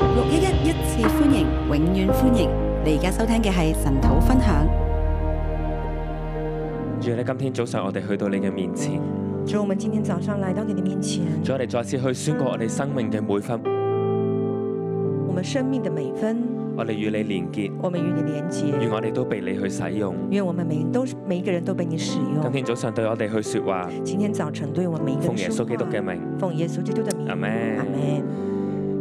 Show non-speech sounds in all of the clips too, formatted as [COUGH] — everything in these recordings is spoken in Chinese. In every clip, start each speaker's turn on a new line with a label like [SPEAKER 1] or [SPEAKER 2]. [SPEAKER 1] 六一一一次歡迎，永遠歡迎！你而家收聽嘅係神土分享。
[SPEAKER 2] 主你今天早上我哋去到你嘅面前，
[SPEAKER 3] 主，我们今天早上来到你的面前，
[SPEAKER 2] 主我哋再次去宣告我哋生命嘅每分，
[SPEAKER 3] 我们生命的每分，
[SPEAKER 2] 我哋與你連結，
[SPEAKER 3] 我们与你连
[SPEAKER 2] 願
[SPEAKER 3] 接。
[SPEAKER 2] 我哋都被你去使用。
[SPEAKER 3] 愿我们每人都是每一个人都被你使
[SPEAKER 2] 今
[SPEAKER 3] 用。
[SPEAKER 2] 天早上對我哋去說話，
[SPEAKER 3] 今天早晨对我们每一个
[SPEAKER 2] 奉
[SPEAKER 3] 人
[SPEAKER 2] 耶
[SPEAKER 3] 说
[SPEAKER 2] 穌
[SPEAKER 3] 话
[SPEAKER 2] 基督嘅，名，
[SPEAKER 3] 奉耶穌基督的名，
[SPEAKER 2] 阿
[SPEAKER 3] 阿
[SPEAKER 2] 門。
[SPEAKER 3] 门。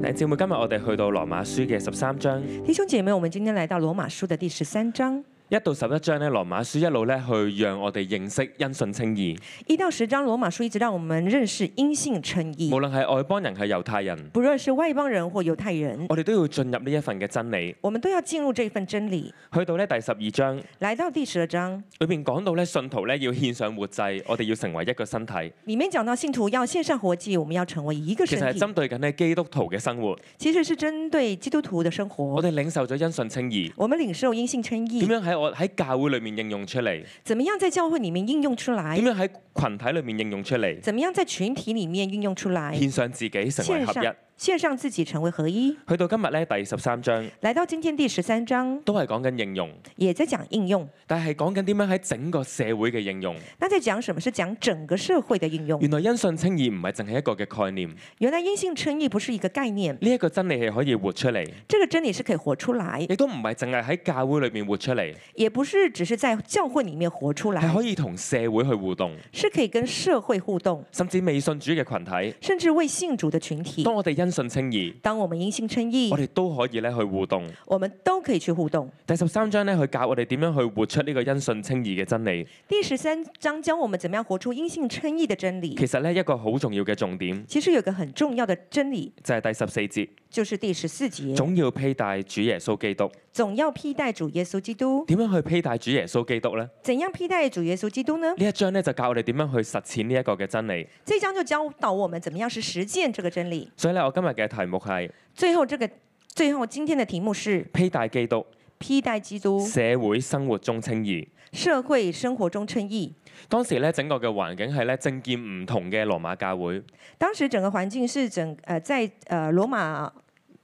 [SPEAKER 2] 弟兄姊妹，今日我哋去到羅馬書嘅十三章
[SPEAKER 3] 弟兄姐妹，我们今天来到羅馬書的第十三章
[SPEAKER 2] 一到十一章呢，羅馬書一路呢去讓我哋認識因信稱義，
[SPEAKER 3] 一到十章，羅馬書一直讓我們認識因信稱
[SPEAKER 2] 無
[SPEAKER 3] 義，
[SPEAKER 2] 論係外邦人係猶太人，
[SPEAKER 3] 不論是外邦人或猶太人，
[SPEAKER 2] 我哋都要進入呢一份嘅真理。
[SPEAKER 3] 我們都要進入這份真理。
[SPEAKER 2] 去到呢第十二章
[SPEAKER 3] 来到第十二章，
[SPEAKER 2] 裏邊講到呢，信徒呢要獻上活祭，我哋要成為一個身體，
[SPEAKER 3] 里面講到信徒要獻上活祭，我們要成為一個
[SPEAKER 2] 其
[SPEAKER 3] 身
[SPEAKER 2] 實係
[SPEAKER 3] 體，
[SPEAKER 2] 針對緊呢基督徒嘅生活。
[SPEAKER 3] 其實是針對基督徒的生活
[SPEAKER 2] 我。哋領受咗因信稱義，
[SPEAKER 3] 我们领受因信称
[SPEAKER 2] 點
[SPEAKER 3] 義，
[SPEAKER 2] 樣喺我喺教會裏面應用出嚟？
[SPEAKER 3] 怎麼樣在教會裡面應用出來
[SPEAKER 2] 點？樣喺群體裏面應用出嚟？
[SPEAKER 3] 怎麼樣在群體裡面運用出來？
[SPEAKER 2] 獻上自己成為
[SPEAKER 3] 獻
[SPEAKER 2] 合
[SPEAKER 3] 哎上
[SPEAKER 2] 一。
[SPEAKER 3] 獻上自己成為合一。
[SPEAKER 2] 去到今日咧，第十三章
[SPEAKER 3] 來到今天第十三章，
[SPEAKER 2] 都係講緊應用，
[SPEAKER 3] 也在講應用。
[SPEAKER 2] 但係講緊點樣喺整個社會嘅應用。
[SPEAKER 3] 那在講什麼？是講整個社會的應用。
[SPEAKER 2] 原來因信稱義唔係淨係一個嘅概念，呢、
[SPEAKER 3] 原來因信稱義不是一個概念，
[SPEAKER 2] 一個真理係可以活出嚟，
[SPEAKER 3] 這個真理是可以活出來，
[SPEAKER 2] 亦都唔係淨係喺教會裏面活出嚟，
[SPEAKER 3] 也不是只是在教會裡面活出
[SPEAKER 2] 係
[SPEAKER 3] 來，
[SPEAKER 2] 可以同社會去互動，
[SPEAKER 3] 是可以跟社會互動，
[SPEAKER 2] 甚至未信主嘅群體。
[SPEAKER 3] 甚至為信主的群體
[SPEAKER 2] 當。我哋因信稱義，
[SPEAKER 3] 當我們因信稱
[SPEAKER 2] 我
[SPEAKER 3] 義，
[SPEAKER 2] 哋都可以咧去互動。
[SPEAKER 3] 我們都可以去互動。
[SPEAKER 2] 第十三章咧，佢教我哋點樣去活出呢個因信稱義嘅真理。
[SPEAKER 3] 第十三章教我們怎麼樣活出因信稱義的真理。
[SPEAKER 2] 其實咧一個好重要嘅重點
[SPEAKER 3] 其實有一個很重要的真理，
[SPEAKER 2] 就係第十四節，
[SPEAKER 3] 就是第十四節，
[SPEAKER 2] 總要披戴主耶穌基督。
[SPEAKER 3] 總要披戴主耶穌基督。
[SPEAKER 2] 點樣去披戴主耶穌基督呢？
[SPEAKER 3] 怎樣披戴主耶穌基督呢？
[SPEAKER 2] 呢一章咧就教我哋點樣去實踐呢一個嘅真理。
[SPEAKER 3] 這一章就教導我們怎麼樣是實踐這個真理。
[SPEAKER 2] 所以咧，我今日嘅題目係
[SPEAKER 3] 最後這個，最後今天的題目是
[SPEAKER 2] 披戴基督，
[SPEAKER 3] 披戴基督，
[SPEAKER 2] 社會生活中稱義。
[SPEAKER 3] 社會生活中稱義。
[SPEAKER 2] 當時咧，整個嘅環境係咧政見唔同嘅羅馬教會，
[SPEAKER 3] 當時整個環境是整呃在呃羅馬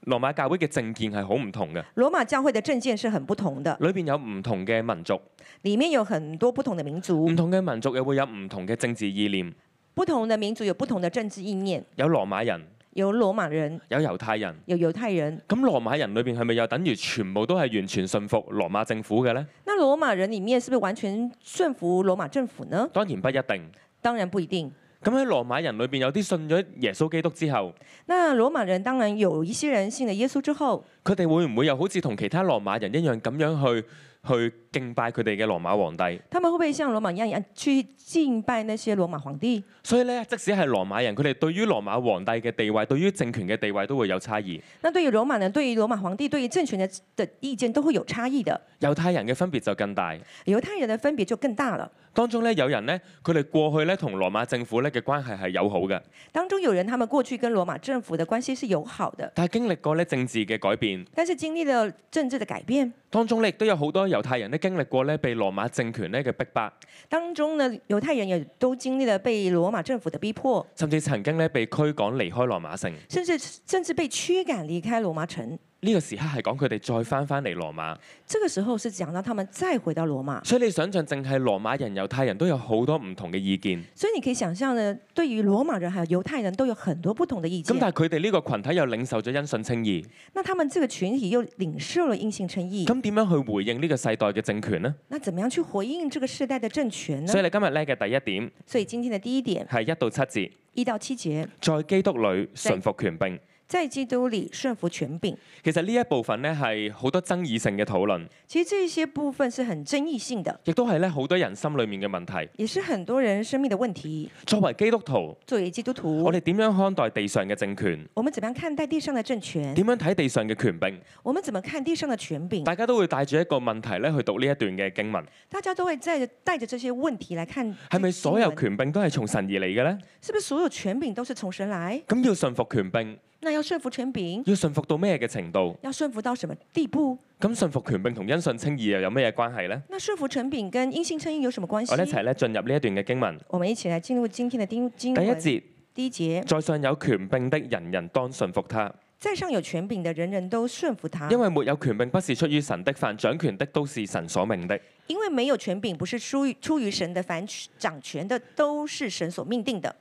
[SPEAKER 2] 羅馬教會嘅政見係好唔同嘅，
[SPEAKER 3] 羅馬教會的政見是很不同的，
[SPEAKER 2] 裏邊有唔同嘅民族，
[SPEAKER 3] 裡面有很多不同的民族
[SPEAKER 2] 唔，同嘅民族又會有唔同嘅政治意念，
[SPEAKER 3] 不同的民族有不同的政治意念，
[SPEAKER 2] 有羅馬人，
[SPEAKER 3] 有羅馬人，
[SPEAKER 2] 有猶太人。
[SPEAKER 3] 有猶太人。
[SPEAKER 2] 咁羅馬人裏邊係咪又等於全部都係完全信服羅馬政府嘅呢？
[SPEAKER 3] 那羅馬人裡面是不是完全順服羅馬政府呢？
[SPEAKER 2] 當然不一定。
[SPEAKER 3] 當然不一定。
[SPEAKER 2] 咁喺羅馬人裏邊有啲信咗耶穌基督之後，
[SPEAKER 3] 那羅馬人當然有一些人信了耶穌之後，
[SPEAKER 2] 佢哋會唔會又好似同其他羅馬人一樣咁樣去去敬拜佢哋嘅羅馬皇帝？
[SPEAKER 3] 他們會不會像羅馬一樣去敬拜那些羅馬皇帝？
[SPEAKER 2] 所以咧，即使係羅馬人，佢哋對於羅馬皇帝嘅地位、對於政權嘅地位都會有差異。
[SPEAKER 3] 那對於羅馬人、對於羅馬皇帝、對於政權的的意見都會有差異的。
[SPEAKER 2] 猶太人嘅分別就更大。
[SPEAKER 3] 猶太人的分別就更大了。
[SPEAKER 2] 當中咧，有人呢，佢哋過去咧同羅馬政府咧嘅關係係友好嘅，
[SPEAKER 3] 當中有人他們過去跟羅馬政府的關係是友好的，
[SPEAKER 2] 但係經歷過咧政治嘅改變，
[SPEAKER 3] 但是經歷了政治的改變，
[SPEAKER 2] 當中咧亦都有好多猶太人咧經歷過咧被羅馬政權咧嘅逼迫，
[SPEAKER 3] 當中呢猶太人也都經歷了被羅馬政府的逼迫，
[SPEAKER 2] 甚至曾經咧被驅趕離開羅馬城。呢、
[SPEAKER 3] 甚至甚至被驅趕離開羅馬城。
[SPEAKER 2] 個時刻係講佢哋再翻翻嚟羅馬，
[SPEAKER 3] 這個時候是講到他們再回到羅馬，
[SPEAKER 2] 所以你想象淨係羅馬人、猶太人都有好多唔同嘅意見。
[SPEAKER 3] 所以你可以想象呢，對於羅馬人還有猶太人都有很多不同的意
[SPEAKER 2] 咁
[SPEAKER 3] 見。
[SPEAKER 2] 但係佢哋呢個群體又領受咗因信稱義，
[SPEAKER 3] 那他們這個群體又領受了因信稱義，
[SPEAKER 2] 咁點樣去回應呢個世代嘅政權呢？
[SPEAKER 3] 那怎麼樣去回應這個世代的政權呢
[SPEAKER 2] 所以？你今日咧嘅第一點
[SPEAKER 3] 所以今天的第一點
[SPEAKER 2] 係一到七節，
[SPEAKER 3] 一到七節，
[SPEAKER 2] 在基督裏順服權柄。
[SPEAKER 3] 在基督裡順服權柄。
[SPEAKER 2] 其實呢一部分咧係好多爭議性嘅討論，
[SPEAKER 3] 其實這些部分是很爭議性的，
[SPEAKER 2] 亦都係咧好多人心裡面嘅問題。
[SPEAKER 3] 也是很多人生命的問題。
[SPEAKER 2] 作為基督徒，
[SPEAKER 3] 作為基督徒，
[SPEAKER 2] 我哋點樣看待地上嘅政權？
[SPEAKER 3] 我們怎麼樣看待地上的政權？
[SPEAKER 2] 點樣睇地上嘅權柄？
[SPEAKER 3] 我們怎麼看地上的權柄？
[SPEAKER 2] 大家都會帶住一個問題咧去讀呢一段嘅經文，
[SPEAKER 3] 大家都會帶着帶着這些問題來看。
[SPEAKER 2] 係咪所有？權柄都係從神而嚟嘅呢？
[SPEAKER 3] 是不是所有權柄都是從神來？
[SPEAKER 2] 咁要順服權柄，
[SPEAKER 3] 那要順服權柄，
[SPEAKER 2] 要順服到咩嘅程度？
[SPEAKER 3] 要順服到什麼地步？
[SPEAKER 2] 咁信服權柄同因信稱義又有咩嘢關係呢？
[SPEAKER 3] 那順服權柄跟因信稱義有什麼關
[SPEAKER 2] 我哋一
[SPEAKER 3] 係？
[SPEAKER 2] 齊咧進入呢一段嘅經文，
[SPEAKER 3] 我們一起來進入今天的經經
[SPEAKER 2] 第一
[SPEAKER 3] 文
[SPEAKER 2] 節，
[SPEAKER 3] 第一節，
[SPEAKER 2] 在上有權柄的人人當信服他。
[SPEAKER 3] 在上有权柄的人人都顺服他，
[SPEAKER 2] 因為沒有權柄不是出於神的，凡掌權的都是神所命的。
[SPEAKER 3] 因为没有权柄不是出于出于神的，凡掌权的都是神所命定的。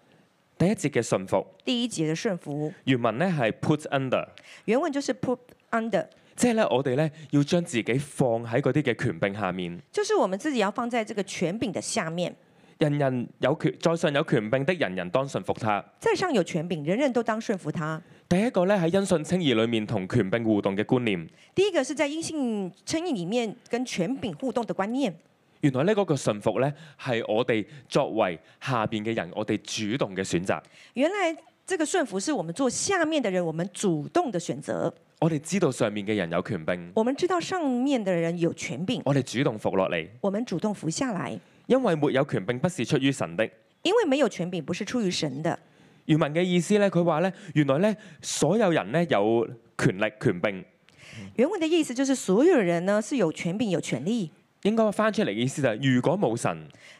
[SPEAKER 2] 第一節嘅信服，
[SPEAKER 3] 第一节的顺服，
[SPEAKER 2] 原文咧係 put under，
[SPEAKER 3] 原文就是 put under，
[SPEAKER 2] 即係咧我哋咧要將自己放喺嗰啲嘅權柄下面。
[SPEAKER 3] 就是我们自己要放在这个权柄的下面。
[SPEAKER 2] 人人有權，在上有權柄的人人當信服他。
[SPEAKER 3] 在上有权柄，人人都當顺服他。
[SPEAKER 2] 第一個咧喺因信稱義裏面同權柄互動嘅觀念，
[SPEAKER 3] 第一个是在阴性称义里面跟权柄互动的观念，
[SPEAKER 2] 原來呢嗰個信服咧係我哋作為下邊嘅人，我哋主動嘅選擇。
[SPEAKER 3] 原来这个顺服是我们做下面的人，我们主动的选择。
[SPEAKER 2] 我哋知道上面嘅人有權柄，
[SPEAKER 3] 我们知道上面的人有权柄，
[SPEAKER 2] 我哋主動服落嚟，
[SPEAKER 3] 我们主动服下来，
[SPEAKER 2] 因為沒有權柄不是出於神的。
[SPEAKER 3] 因为没有权柄不是出于神的。
[SPEAKER 2] 原文嘅意思咧，佢話咧，原來咧所有人咧有權力權柄，
[SPEAKER 3] 原文的意思就是所有人呢是有权柄有权利，
[SPEAKER 2] 應該翻出嚟嘅意思就係、如果冇神，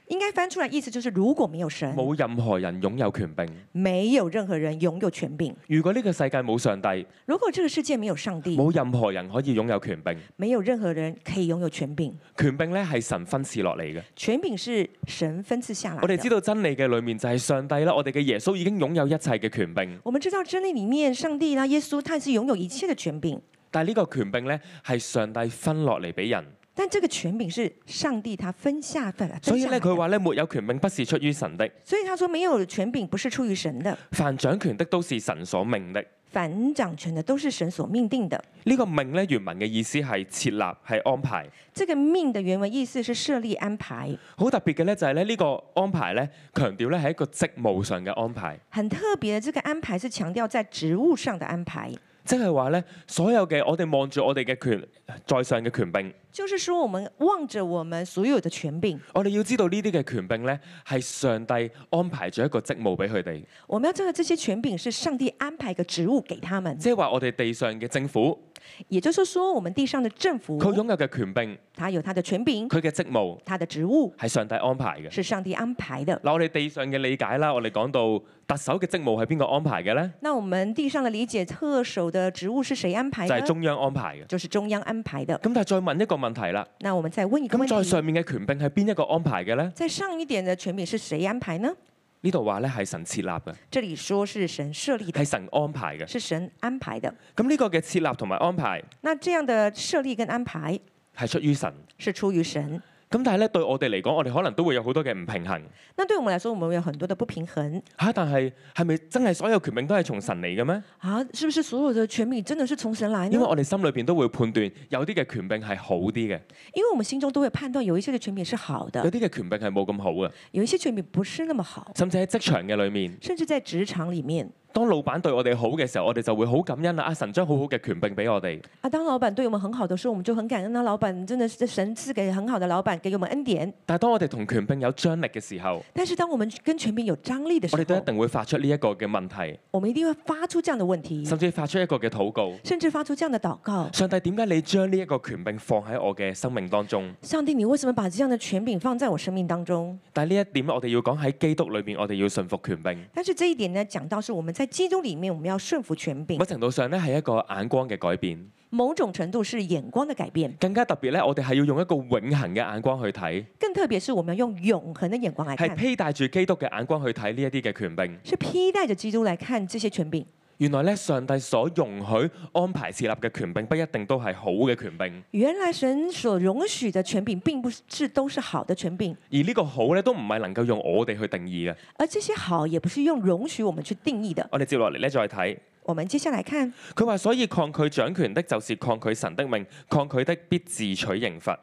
[SPEAKER 3] 应该翻出来意思就是如果没有神，
[SPEAKER 2] 冇任何人擁有權柄。
[SPEAKER 3] 没有任何人拥有权柄。
[SPEAKER 2] 如果呢個世界冇上帝，
[SPEAKER 3] 如果这个世界没有上帝，
[SPEAKER 2] 冇任何人可以擁有權柄。
[SPEAKER 3] 没有任何人可以拥有权柄，
[SPEAKER 2] 權柄咧係神分賜落嚟嘅。
[SPEAKER 3] 权柄是神分赐下来
[SPEAKER 2] 我哋
[SPEAKER 3] 的
[SPEAKER 2] 知。道真理嘅裏面就係上帝啦，我哋嘅耶穌已經擁有一切嘅權柄，
[SPEAKER 3] 我们知道真理里面，上帝啦、耶稣，他是拥有一切的权柄，
[SPEAKER 2] 但係呢個權柄咧係上帝分落嚟俾人。
[SPEAKER 3] 但这个权柄是上帝他分下分来。
[SPEAKER 2] 所以咧
[SPEAKER 3] 分下
[SPEAKER 2] 佢
[SPEAKER 3] 来的
[SPEAKER 2] 話咧沒有權柄不是出於神的，
[SPEAKER 3] 所以他说没有权柄不是出于神的，
[SPEAKER 2] 凡掌權的都是神所命的。
[SPEAKER 3] 反掌权的都是神所命定的。
[SPEAKER 2] 呢、個命咧原文嘅意思係設立係安排。
[SPEAKER 3] 这个命的原文意思是设立安排，
[SPEAKER 2] 好特別嘅咧就係咧呢個安排咧強調咧係一個職務上嘅安排，
[SPEAKER 3] 很特别的。这个安排是強調在职务上的安排，
[SPEAKER 2] 即係話咧所有嘅我哋望住我哋嘅權在上嘅權柄。
[SPEAKER 3] 就是说我们望着我们所有的权柄，
[SPEAKER 2] 我哋要知道呢啲嘅權柄咧，係上帝安排咗一個職務俾佢哋，
[SPEAKER 3] 我们要知道这些权柄是上帝安排一个职务给他们，
[SPEAKER 2] 即係話我哋地上嘅政府，
[SPEAKER 3] 也就是说，我们地上的政府，
[SPEAKER 2] 佢擁有嘅權柄，
[SPEAKER 3] 他有他的權柄，
[SPEAKER 2] 佢嘅職務
[SPEAKER 3] 他的职务。
[SPEAKER 2] 係上帝安排嘅。
[SPEAKER 3] 是上帝安排的。
[SPEAKER 2] 嗱，我哋地上嘅理解啦，我哋講到特首嘅職務係邊個安排嘅咧？
[SPEAKER 3] 那我们地上的理解，特首的职务是谁安排
[SPEAKER 2] 就
[SPEAKER 3] 的？
[SPEAKER 2] 係啊中央安排嘅。咁
[SPEAKER 3] 就是中央安排的。
[SPEAKER 2] 但係再問一個問題啦，
[SPEAKER 3] 那我们再問一個
[SPEAKER 2] 咁
[SPEAKER 3] 問
[SPEAKER 2] 再
[SPEAKER 3] 題：
[SPEAKER 2] 上面嘅權柄係邊一個安排嘅咧？
[SPEAKER 3] 在上一點的權柄是誰安排呢？
[SPEAKER 2] 呢度話咧係神設立嘅，
[SPEAKER 3] 這裡說是神設立的，
[SPEAKER 2] 係神安排嘅。
[SPEAKER 3] 是神安排的。
[SPEAKER 2] 咁呢個嘅設立同埋安排
[SPEAKER 3] 那這樣的設立跟安排
[SPEAKER 2] 係出於神。
[SPEAKER 3] 是出於神。
[SPEAKER 2] 咁但係咧對我哋嚟講，我哋可能都會有好多嘅唔平衡。
[SPEAKER 3] 那對我們來說，我們有很多的不平衡
[SPEAKER 2] 嚇、但係係咪真係所有權柄都係從神嚟嘅咩？
[SPEAKER 3] 啊，是不是所有的權柄真的是從神來呢？
[SPEAKER 2] 因為我哋心裏邊都會判斷，有啲嘅權柄係啊好啲嘅，
[SPEAKER 3] 因為我們心中都會判斷，有一些的權柄是好
[SPEAKER 2] 有
[SPEAKER 3] 的，
[SPEAKER 2] 啲嘅權柄係冇咁好嘅。
[SPEAKER 3] 有一些權柄不是那麼好，
[SPEAKER 2] 甚至喺職場嘅裏面，
[SPEAKER 3] 甚至在職場裡面。
[SPEAKER 2] 當老闆對我哋好嘅時候，我哋就會好感恩啦。啊，神將好好嘅權柄俾我哋。
[SPEAKER 3] 啊，当老板对我们很好的时候，我们就很感恩。那老板真的是神赐给很好的老板，给我们恩典。
[SPEAKER 2] 但係當我哋同權柄有張力嘅時候，
[SPEAKER 3] 但是當我们跟权柄有张力的时
[SPEAKER 2] 我
[SPEAKER 3] 候
[SPEAKER 2] 哋，都一定會發出呢一個嘅問題，
[SPEAKER 3] 我们一定会发出这样的问题，
[SPEAKER 2] 甚至發出一個嘅禱告。
[SPEAKER 3] 甚至发出这样的祷告：
[SPEAKER 2] 上帝點解你將呢一個權柄放喺我嘅生命當中？
[SPEAKER 3] 上帝，你为什么把这样的权柄放在我生命当中？
[SPEAKER 2] 但係呢一點我哋要講喺基督裏面，我哋要信服權柄。
[SPEAKER 3] 但是这一点呢，讲到是我们在基督里面，我们要顺服权柄
[SPEAKER 2] 某，程度上咧係一個眼光嘅改變，
[SPEAKER 3] 某种程度是眼光的改变，
[SPEAKER 2] 更加特別咧，我哋係要用一個永恆嘅眼光去睇。
[SPEAKER 3] 更特别是我们要用永恒的眼光来
[SPEAKER 2] 係
[SPEAKER 3] 看，
[SPEAKER 2] 披戴住基督嘅眼光去睇呢一啲嘅權柄。
[SPEAKER 3] 是披戴着基督来看这些权柄。
[SPEAKER 2] 原來咧，上帝所容許安排設立嘅權柄，不一定都係好嘅權柄。
[SPEAKER 3] 原来神所容许的权柄，并不是都是好的权柄。
[SPEAKER 2] 而呢個好咧，都唔係能夠用我哋去定義嘅。
[SPEAKER 3] 而这些好也不是用容许我们去定义的。
[SPEAKER 2] 我哋接落嚟咧，再睇
[SPEAKER 3] 我们接下来看，
[SPEAKER 2] 佢話：所以抗拒掌權的，就是抗拒神的命；抗拒的必自取刑罰。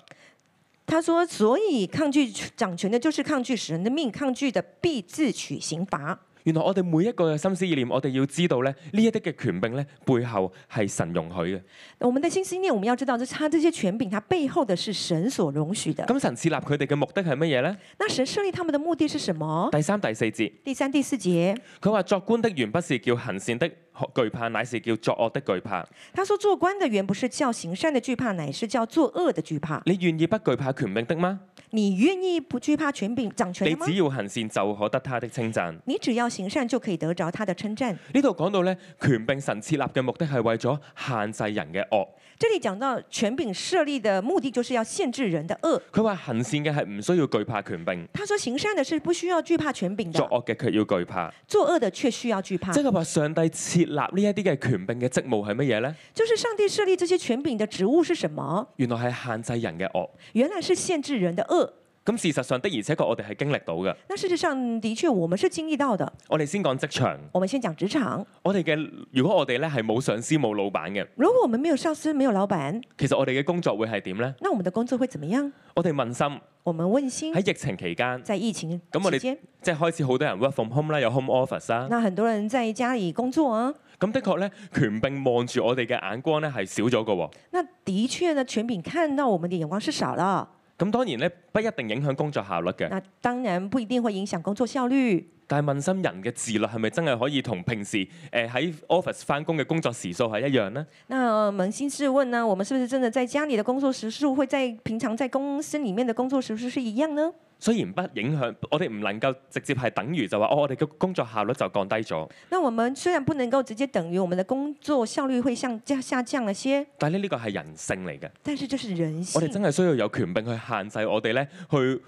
[SPEAKER 3] 他说：“所以抗拒掌权的，就是抗拒神的命，抗拒的必自取刑罚。
[SPEAKER 2] 原來我哋每一個嘅心思意念，我哋要知道咧，呢一啲嘅權柄咧，背後係神容許嘅。”
[SPEAKER 3] 我们的心思念，我们要知道，这他这些权柄，它背后的是神所容许的。
[SPEAKER 2] 咁神設立佢哋嘅目的係乜嘢呢？
[SPEAKER 3] 那神设立他们的目的是什么？
[SPEAKER 2] 第三、第四節，
[SPEAKER 3] 第三、第四节，
[SPEAKER 2] 佢話：作官的原不是叫行善的懼怕，乃是叫作惡的懼怕。
[SPEAKER 3] 他说：“做官的原不是叫行善的惧怕，乃是叫作恶的惧怕。
[SPEAKER 2] 你願意不懼怕權柄的嗎？
[SPEAKER 3] 你愿意不惧怕权柄掌权
[SPEAKER 2] 你
[SPEAKER 3] 的吗
[SPEAKER 2] 只？要行善就可得他的稱讚。
[SPEAKER 3] 你只要行善就可以得着他的称赞。
[SPEAKER 2] 呢度講到咧，權柄神設立嘅目的係為咗限制人嘅惡。
[SPEAKER 3] 这里讲到权柄设立的目的就是要限制人的恶。
[SPEAKER 2] 佢話行善嘅係唔需要懼怕權柄，
[SPEAKER 3] 他说行善的是不需要惧怕权柄
[SPEAKER 2] 作
[SPEAKER 3] 的，
[SPEAKER 2] 惡嘅卻要懼怕。
[SPEAKER 3] 作恶的却需要惧怕
[SPEAKER 2] 即。係話上帝設立呢一啲嘅權柄嘅職務係乜嘢呢？
[SPEAKER 3] 就是上帝设立这些权柄的职务是什么？
[SPEAKER 2] 原來係限制人嘅惡。
[SPEAKER 3] 原来是限制人的恶。
[SPEAKER 2] 咁事實上的而且確我哋係經歷到嘅。
[SPEAKER 3] 那事实上的确我们是经历到的。
[SPEAKER 2] 我哋先講職場，
[SPEAKER 3] 我们先讲职场，
[SPEAKER 2] 我哋嘅如果我哋咧係冇上司冇老闆嘅，
[SPEAKER 3] 如果我们没有上司、没有老板，
[SPEAKER 2] 其實我哋嘅工作會係點呢？
[SPEAKER 3] 那我们的工作会怎么样？
[SPEAKER 2] 我哋問心
[SPEAKER 3] 我们问心，
[SPEAKER 2] 喺疫情期間，
[SPEAKER 3] 在疫情
[SPEAKER 2] 咁我
[SPEAKER 3] 期
[SPEAKER 2] 哋嗯
[SPEAKER 3] 间，
[SPEAKER 2] 即係開始好多人 work from home 啦，有 home office 啦。
[SPEAKER 3] 那很多人在家里工作啊，
[SPEAKER 2] 咁的確咧，權柄望住我哋嘅眼光咧係少咗嘅喎。
[SPEAKER 3] 那的确呢，权柄看到我们的眼光是少了，
[SPEAKER 2] 咁當然咧，不一定影響工作效率嘅。
[SPEAKER 3] 那当然不一定会影响工作效率。
[SPEAKER 2] 但係問心人嘅自律係咪真係可以同平時誒喺 office 翻工嘅工作時數係一樣呢？
[SPEAKER 3] 那呃扪心自问呢，我们是不是真的在家里的工作时数会在平常在公司里面的工作时数是一样呢？
[SPEAKER 2] 雖然不影響，我哋唔能夠直接係等於就話哦，我哋嘅工作效率就降低咗。
[SPEAKER 3] 那我们虽然不能够直接等于我们的工作效率会向下下降了些，
[SPEAKER 2] 但係呢呢個係人性嚟嘅，
[SPEAKER 3] 但是这是人
[SPEAKER 2] 我哋
[SPEAKER 3] 性。
[SPEAKER 2] 真係需要有權柄去限制我哋咧去。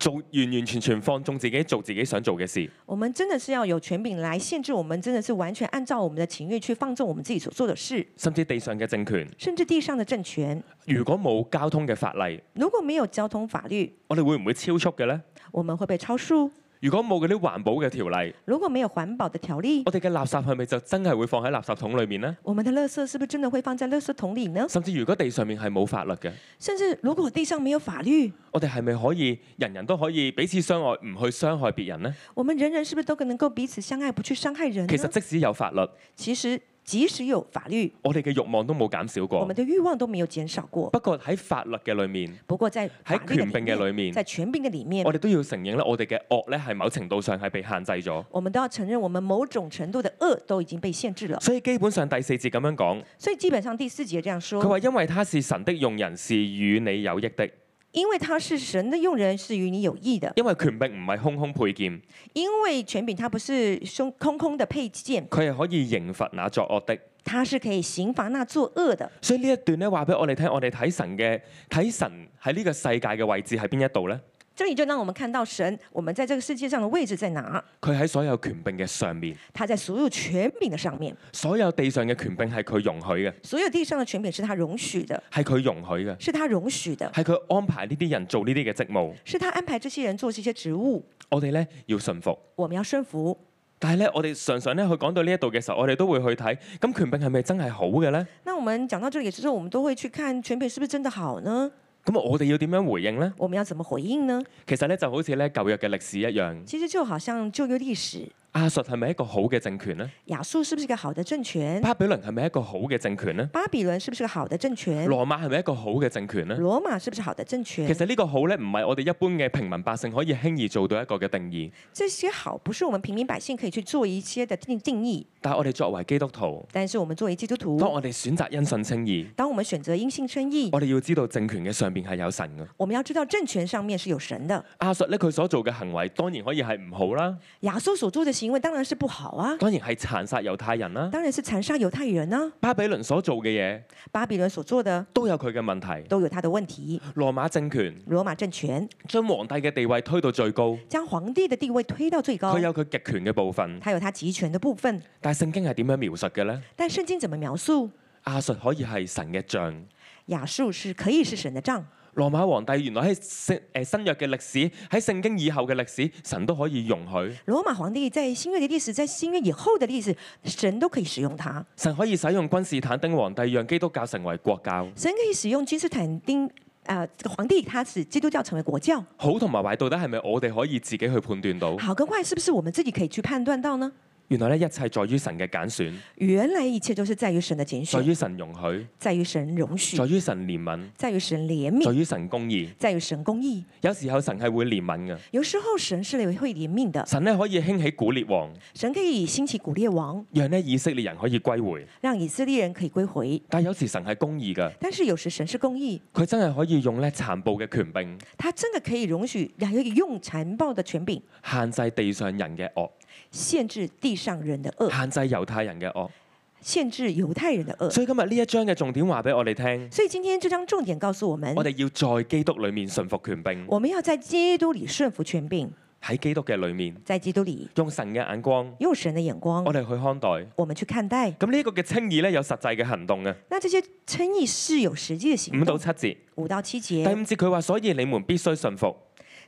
[SPEAKER 2] 做完完全全放縱自己做自己想做嘅事，
[SPEAKER 3] 我们真的是要有权柄来限制我们，真的是完全按照我们的情欲去放纵我们自己所做的事，
[SPEAKER 2] 甚至地上嘅政權。
[SPEAKER 3] 甚至地上的政权。
[SPEAKER 2] 如果冇交通嘅法例，
[SPEAKER 3] 如果没有交通法律，
[SPEAKER 2] 我哋會唔會超速嘅呢？
[SPEAKER 3] 我们会被超速；
[SPEAKER 2] 如果冇嗰啲環保嘅條例，
[SPEAKER 3] 如果没有環保的条例，
[SPEAKER 2] 我哋嘅垃圾係咪就真係會放喺垃圾桶裏面呢？
[SPEAKER 3] 我们的垃圾是不是真的会放在垃圾桶里呢？
[SPEAKER 2] 甚至如果地上面係冇法律嘅，
[SPEAKER 3] 甚至如果地上没有法律，
[SPEAKER 2] 我哋係咪可以人人都可以彼此相愛，唔去傷害別人呢？
[SPEAKER 3] 我们人人是不是都能够彼此相爱，不去伤害人呢？
[SPEAKER 2] 其實即使有法律，
[SPEAKER 3] 其实即使有法律，
[SPEAKER 2] 我哋嘅慾望都冇減少
[SPEAKER 3] 我
[SPEAKER 2] 過
[SPEAKER 3] 们。的欲望都没有减少过。
[SPEAKER 2] 不過喺法律嘅裏面，
[SPEAKER 3] 不过在法
[SPEAKER 2] 喺
[SPEAKER 3] 律
[SPEAKER 2] 權柄
[SPEAKER 3] 的
[SPEAKER 2] 嘅
[SPEAKER 3] 里
[SPEAKER 2] 裏面
[SPEAKER 3] 在，权柄的里面
[SPEAKER 2] 我，哋都要承認咧，我哋嘅惡咧係某程度上係被限制咗。
[SPEAKER 3] 我们都要承认，我们某种程度的恶都已經被限制了。
[SPEAKER 2] 所以基本上第四節咁樣講，
[SPEAKER 3] 所以基本上第四节这样
[SPEAKER 2] 佢
[SPEAKER 3] 说：
[SPEAKER 2] 話因為他是神的用人，是與你有益的。
[SPEAKER 3] 因为他是神的用人，是与你有益的。
[SPEAKER 2] 因為權柄唔係空空配劍，
[SPEAKER 3] 因为权柄它不是胸空空的配件，
[SPEAKER 2] 佢係可以刑罰那作惡的。
[SPEAKER 3] 它是可以刑罚那作恶的。
[SPEAKER 2] 所以呢一段咧話俾我哋聽，我哋睇神嘅睇神喺呢個世界嘅位置喺邊一度呢？
[SPEAKER 3] 这里就让我们看到神，我们在这个世界上的位置在哪？
[SPEAKER 2] 佢喺所有權柄嘅上面，
[SPEAKER 3] 他在所有权柄的上面，
[SPEAKER 2] 所有地上嘅權柄係佢容許嘅，
[SPEAKER 3] 所有地上的权柄是他容许的，
[SPEAKER 2] 係佢容許嘅，
[SPEAKER 3] 是他容许的，
[SPEAKER 2] 係佢安排呢啲人做呢啲嘅職務。
[SPEAKER 3] 是他安排这些人做这些职务，
[SPEAKER 2] 我哋咧要信服。
[SPEAKER 3] 我們要顺服。
[SPEAKER 2] 但係咧，我哋常常咧去講到呢一度嘅時候，我哋都會去睇，咁權柄係咪真係好嘅呢？
[SPEAKER 3] 那我们讲到这里之后，我们都会去看权柄是不是真的好呢？
[SPEAKER 2] 咁我哋要點樣回應呢？
[SPEAKER 3] 我们要怎么回应呢？
[SPEAKER 2] 其實咧就好似咧舊約嘅歷史一樣，
[SPEAKER 3] 其实就好像旧约历史，
[SPEAKER 2] 亞述係咪一個好嘅政權呢？
[SPEAKER 3] 亚述是不是一个好的政权？
[SPEAKER 2] 巴比倫係咪一個好嘅政權呢？
[SPEAKER 3] 巴比伦是不是个好的政权？
[SPEAKER 2] 羅馬係咪一個好嘅政權呢？
[SPEAKER 3] 罗马是不是好的政权
[SPEAKER 2] 其？實呢個好咧，唔係我哋一般嘅平民百姓可以輕易做到一個嘅定義。
[SPEAKER 3] 这些好不是我们平民百姓可以去做一些的定定义，
[SPEAKER 2] 但係我哋作為基督徒，
[SPEAKER 3] 但是我们作为基督徒，
[SPEAKER 2] 當我哋選擇因信稱義，
[SPEAKER 3] 当我们選擇因信稱義，
[SPEAKER 2] 我哋要知道政權嘅上邊係有神嘅。
[SPEAKER 3] 我们要知道政權上面是有神的。
[SPEAKER 2] 亞述咧，佢所做嘅行為當然可以係唔好啦，
[SPEAKER 3] 亞述所做的行為當然是不好啊，
[SPEAKER 2] 當然係殘殺猶太人啦。
[SPEAKER 3] 當然是殘殺猶太人啊。
[SPEAKER 2] 巴比倫所做嘅嘢
[SPEAKER 3] 巴比倫所做的
[SPEAKER 2] 都有佢嘅問題。
[SPEAKER 3] 都有他的問題。
[SPEAKER 2] 羅馬政權
[SPEAKER 3] 羅馬政權
[SPEAKER 2] 將皇帝嘅地位推到最高，
[SPEAKER 3] 將皇帝的地位推到最高
[SPEAKER 2] 佢，有佢極權嘅部分。
[SPEAKER 3] 他有他集權的部分。
[SPEAKER 2] 但係聖經係點樣描述嘅呢？
[SPEAKER 3] 但聖經怎麼描述？
[SPEAKER 2] 亞述可以係神嘅像，
[SPEAKER 3] 亞述是可以是神的杖。
[SPEAKER 2] 羅馬皇帝原來喺聖誒新約嘅歷史，喺聖經以後嘅歷史，神都可以容許，
[SPEAKER 3] 羅馬皇帝在新約的歷史，在新約以後的歷史，神都可以使用它。
[SPEAKER 2] 神可以使用君士坦丁皇帝，讓基督教成為國教，
[SPEAKER 3] 神可以使用君士坦丁，呃，这个皇帝他使基督教成为国教。
[SPEAKER 2] 好同埋壞到底係咪我哋可以自己去判斷到？
[SPEAKER 3] 好跟坏是不是我們自己可以去判斷到呢？
[SPEAKER 2] 原來咧一切在於神嘅揀選，
[SPEAKER 3] 原来一切都是在于神的拣
[SPEAKER 2] 在
[SPEAKER 3] 选，
[SPEAKER 2] 於神容許，
[SPEAKER 3] 在于神容许
[SPEAKER 2] 在，於神憐憫，
[SPEAKER 3] 在于神怜
[SPEAKER 2] 在
[SPEAKER 3] 悯，
[SPEAKER 2] 於神公義。
[SPEAKER 3] 在于神公义。
[SPEAKER 2] 有時候神係會憐憫嘅，
[SPEAKER 3] 有时候神是会怜悯的，
[SPEAKER 2] 神咧可以興起古列王，
[SPEAKER 3] 神可以兴起古列王，
[SPEAKER 2] 讓咧以色列人可以歸回。
[SPEAKER 3] 让以色列人可以归回。
[SPEAKER 2] 但有時神係公義嘅，
[SPEAKER 3] 但是有时神是公义，
[SPEAKER 2] 佢真係可以用咧殘暴嘅權柄
[SPEAKER 3] 他真的可以容许，也可以用残暴的权柄
[SPEAKER 2] 限制地上人嘅惡，
[SPEAKER 3] 限制地上人的恶，
[SPEAKER 2] 限制猶太人嘅惡。
[SPEAKER 3] 限制猶太人的恶。
[SPEAKER 2] 所以今日呢一章嘅重點話俾我哋聽，
[SPEAKER 3] 所以今天这章重点告诉我们
[SPEAKER 2] 我，哋要在基督裏面順服權柄，
[SPEAKER 3] 我们要在基督里顺服权柄，
[SPEAKER 2] 喺基督嘅裏面
[SPEAKER 3] 在基督里
[SPEAKER 2] 用神嘅眼光，
[SPEAKER 3] 用神的眼光
[SPEAKER 2] 我，哋去看待。
[SPEAKER 3] 我们去看待。
[SPEAKER 2] 咁呢一個嘅稱義咧有實際嘅行動嘅，
[SPEAKER 3] 那这些称义是有实际的行
[SPEAKER 2] 五到
[SPEAKER 3] 动。
[SPEAKER 2] 七節。
[SPEAKER 3] 五到七
[SPEAKER 2] 第
[SPEAKER 3] 节，
[SPEAKER 2] 五節佢話：所以你們必須信服，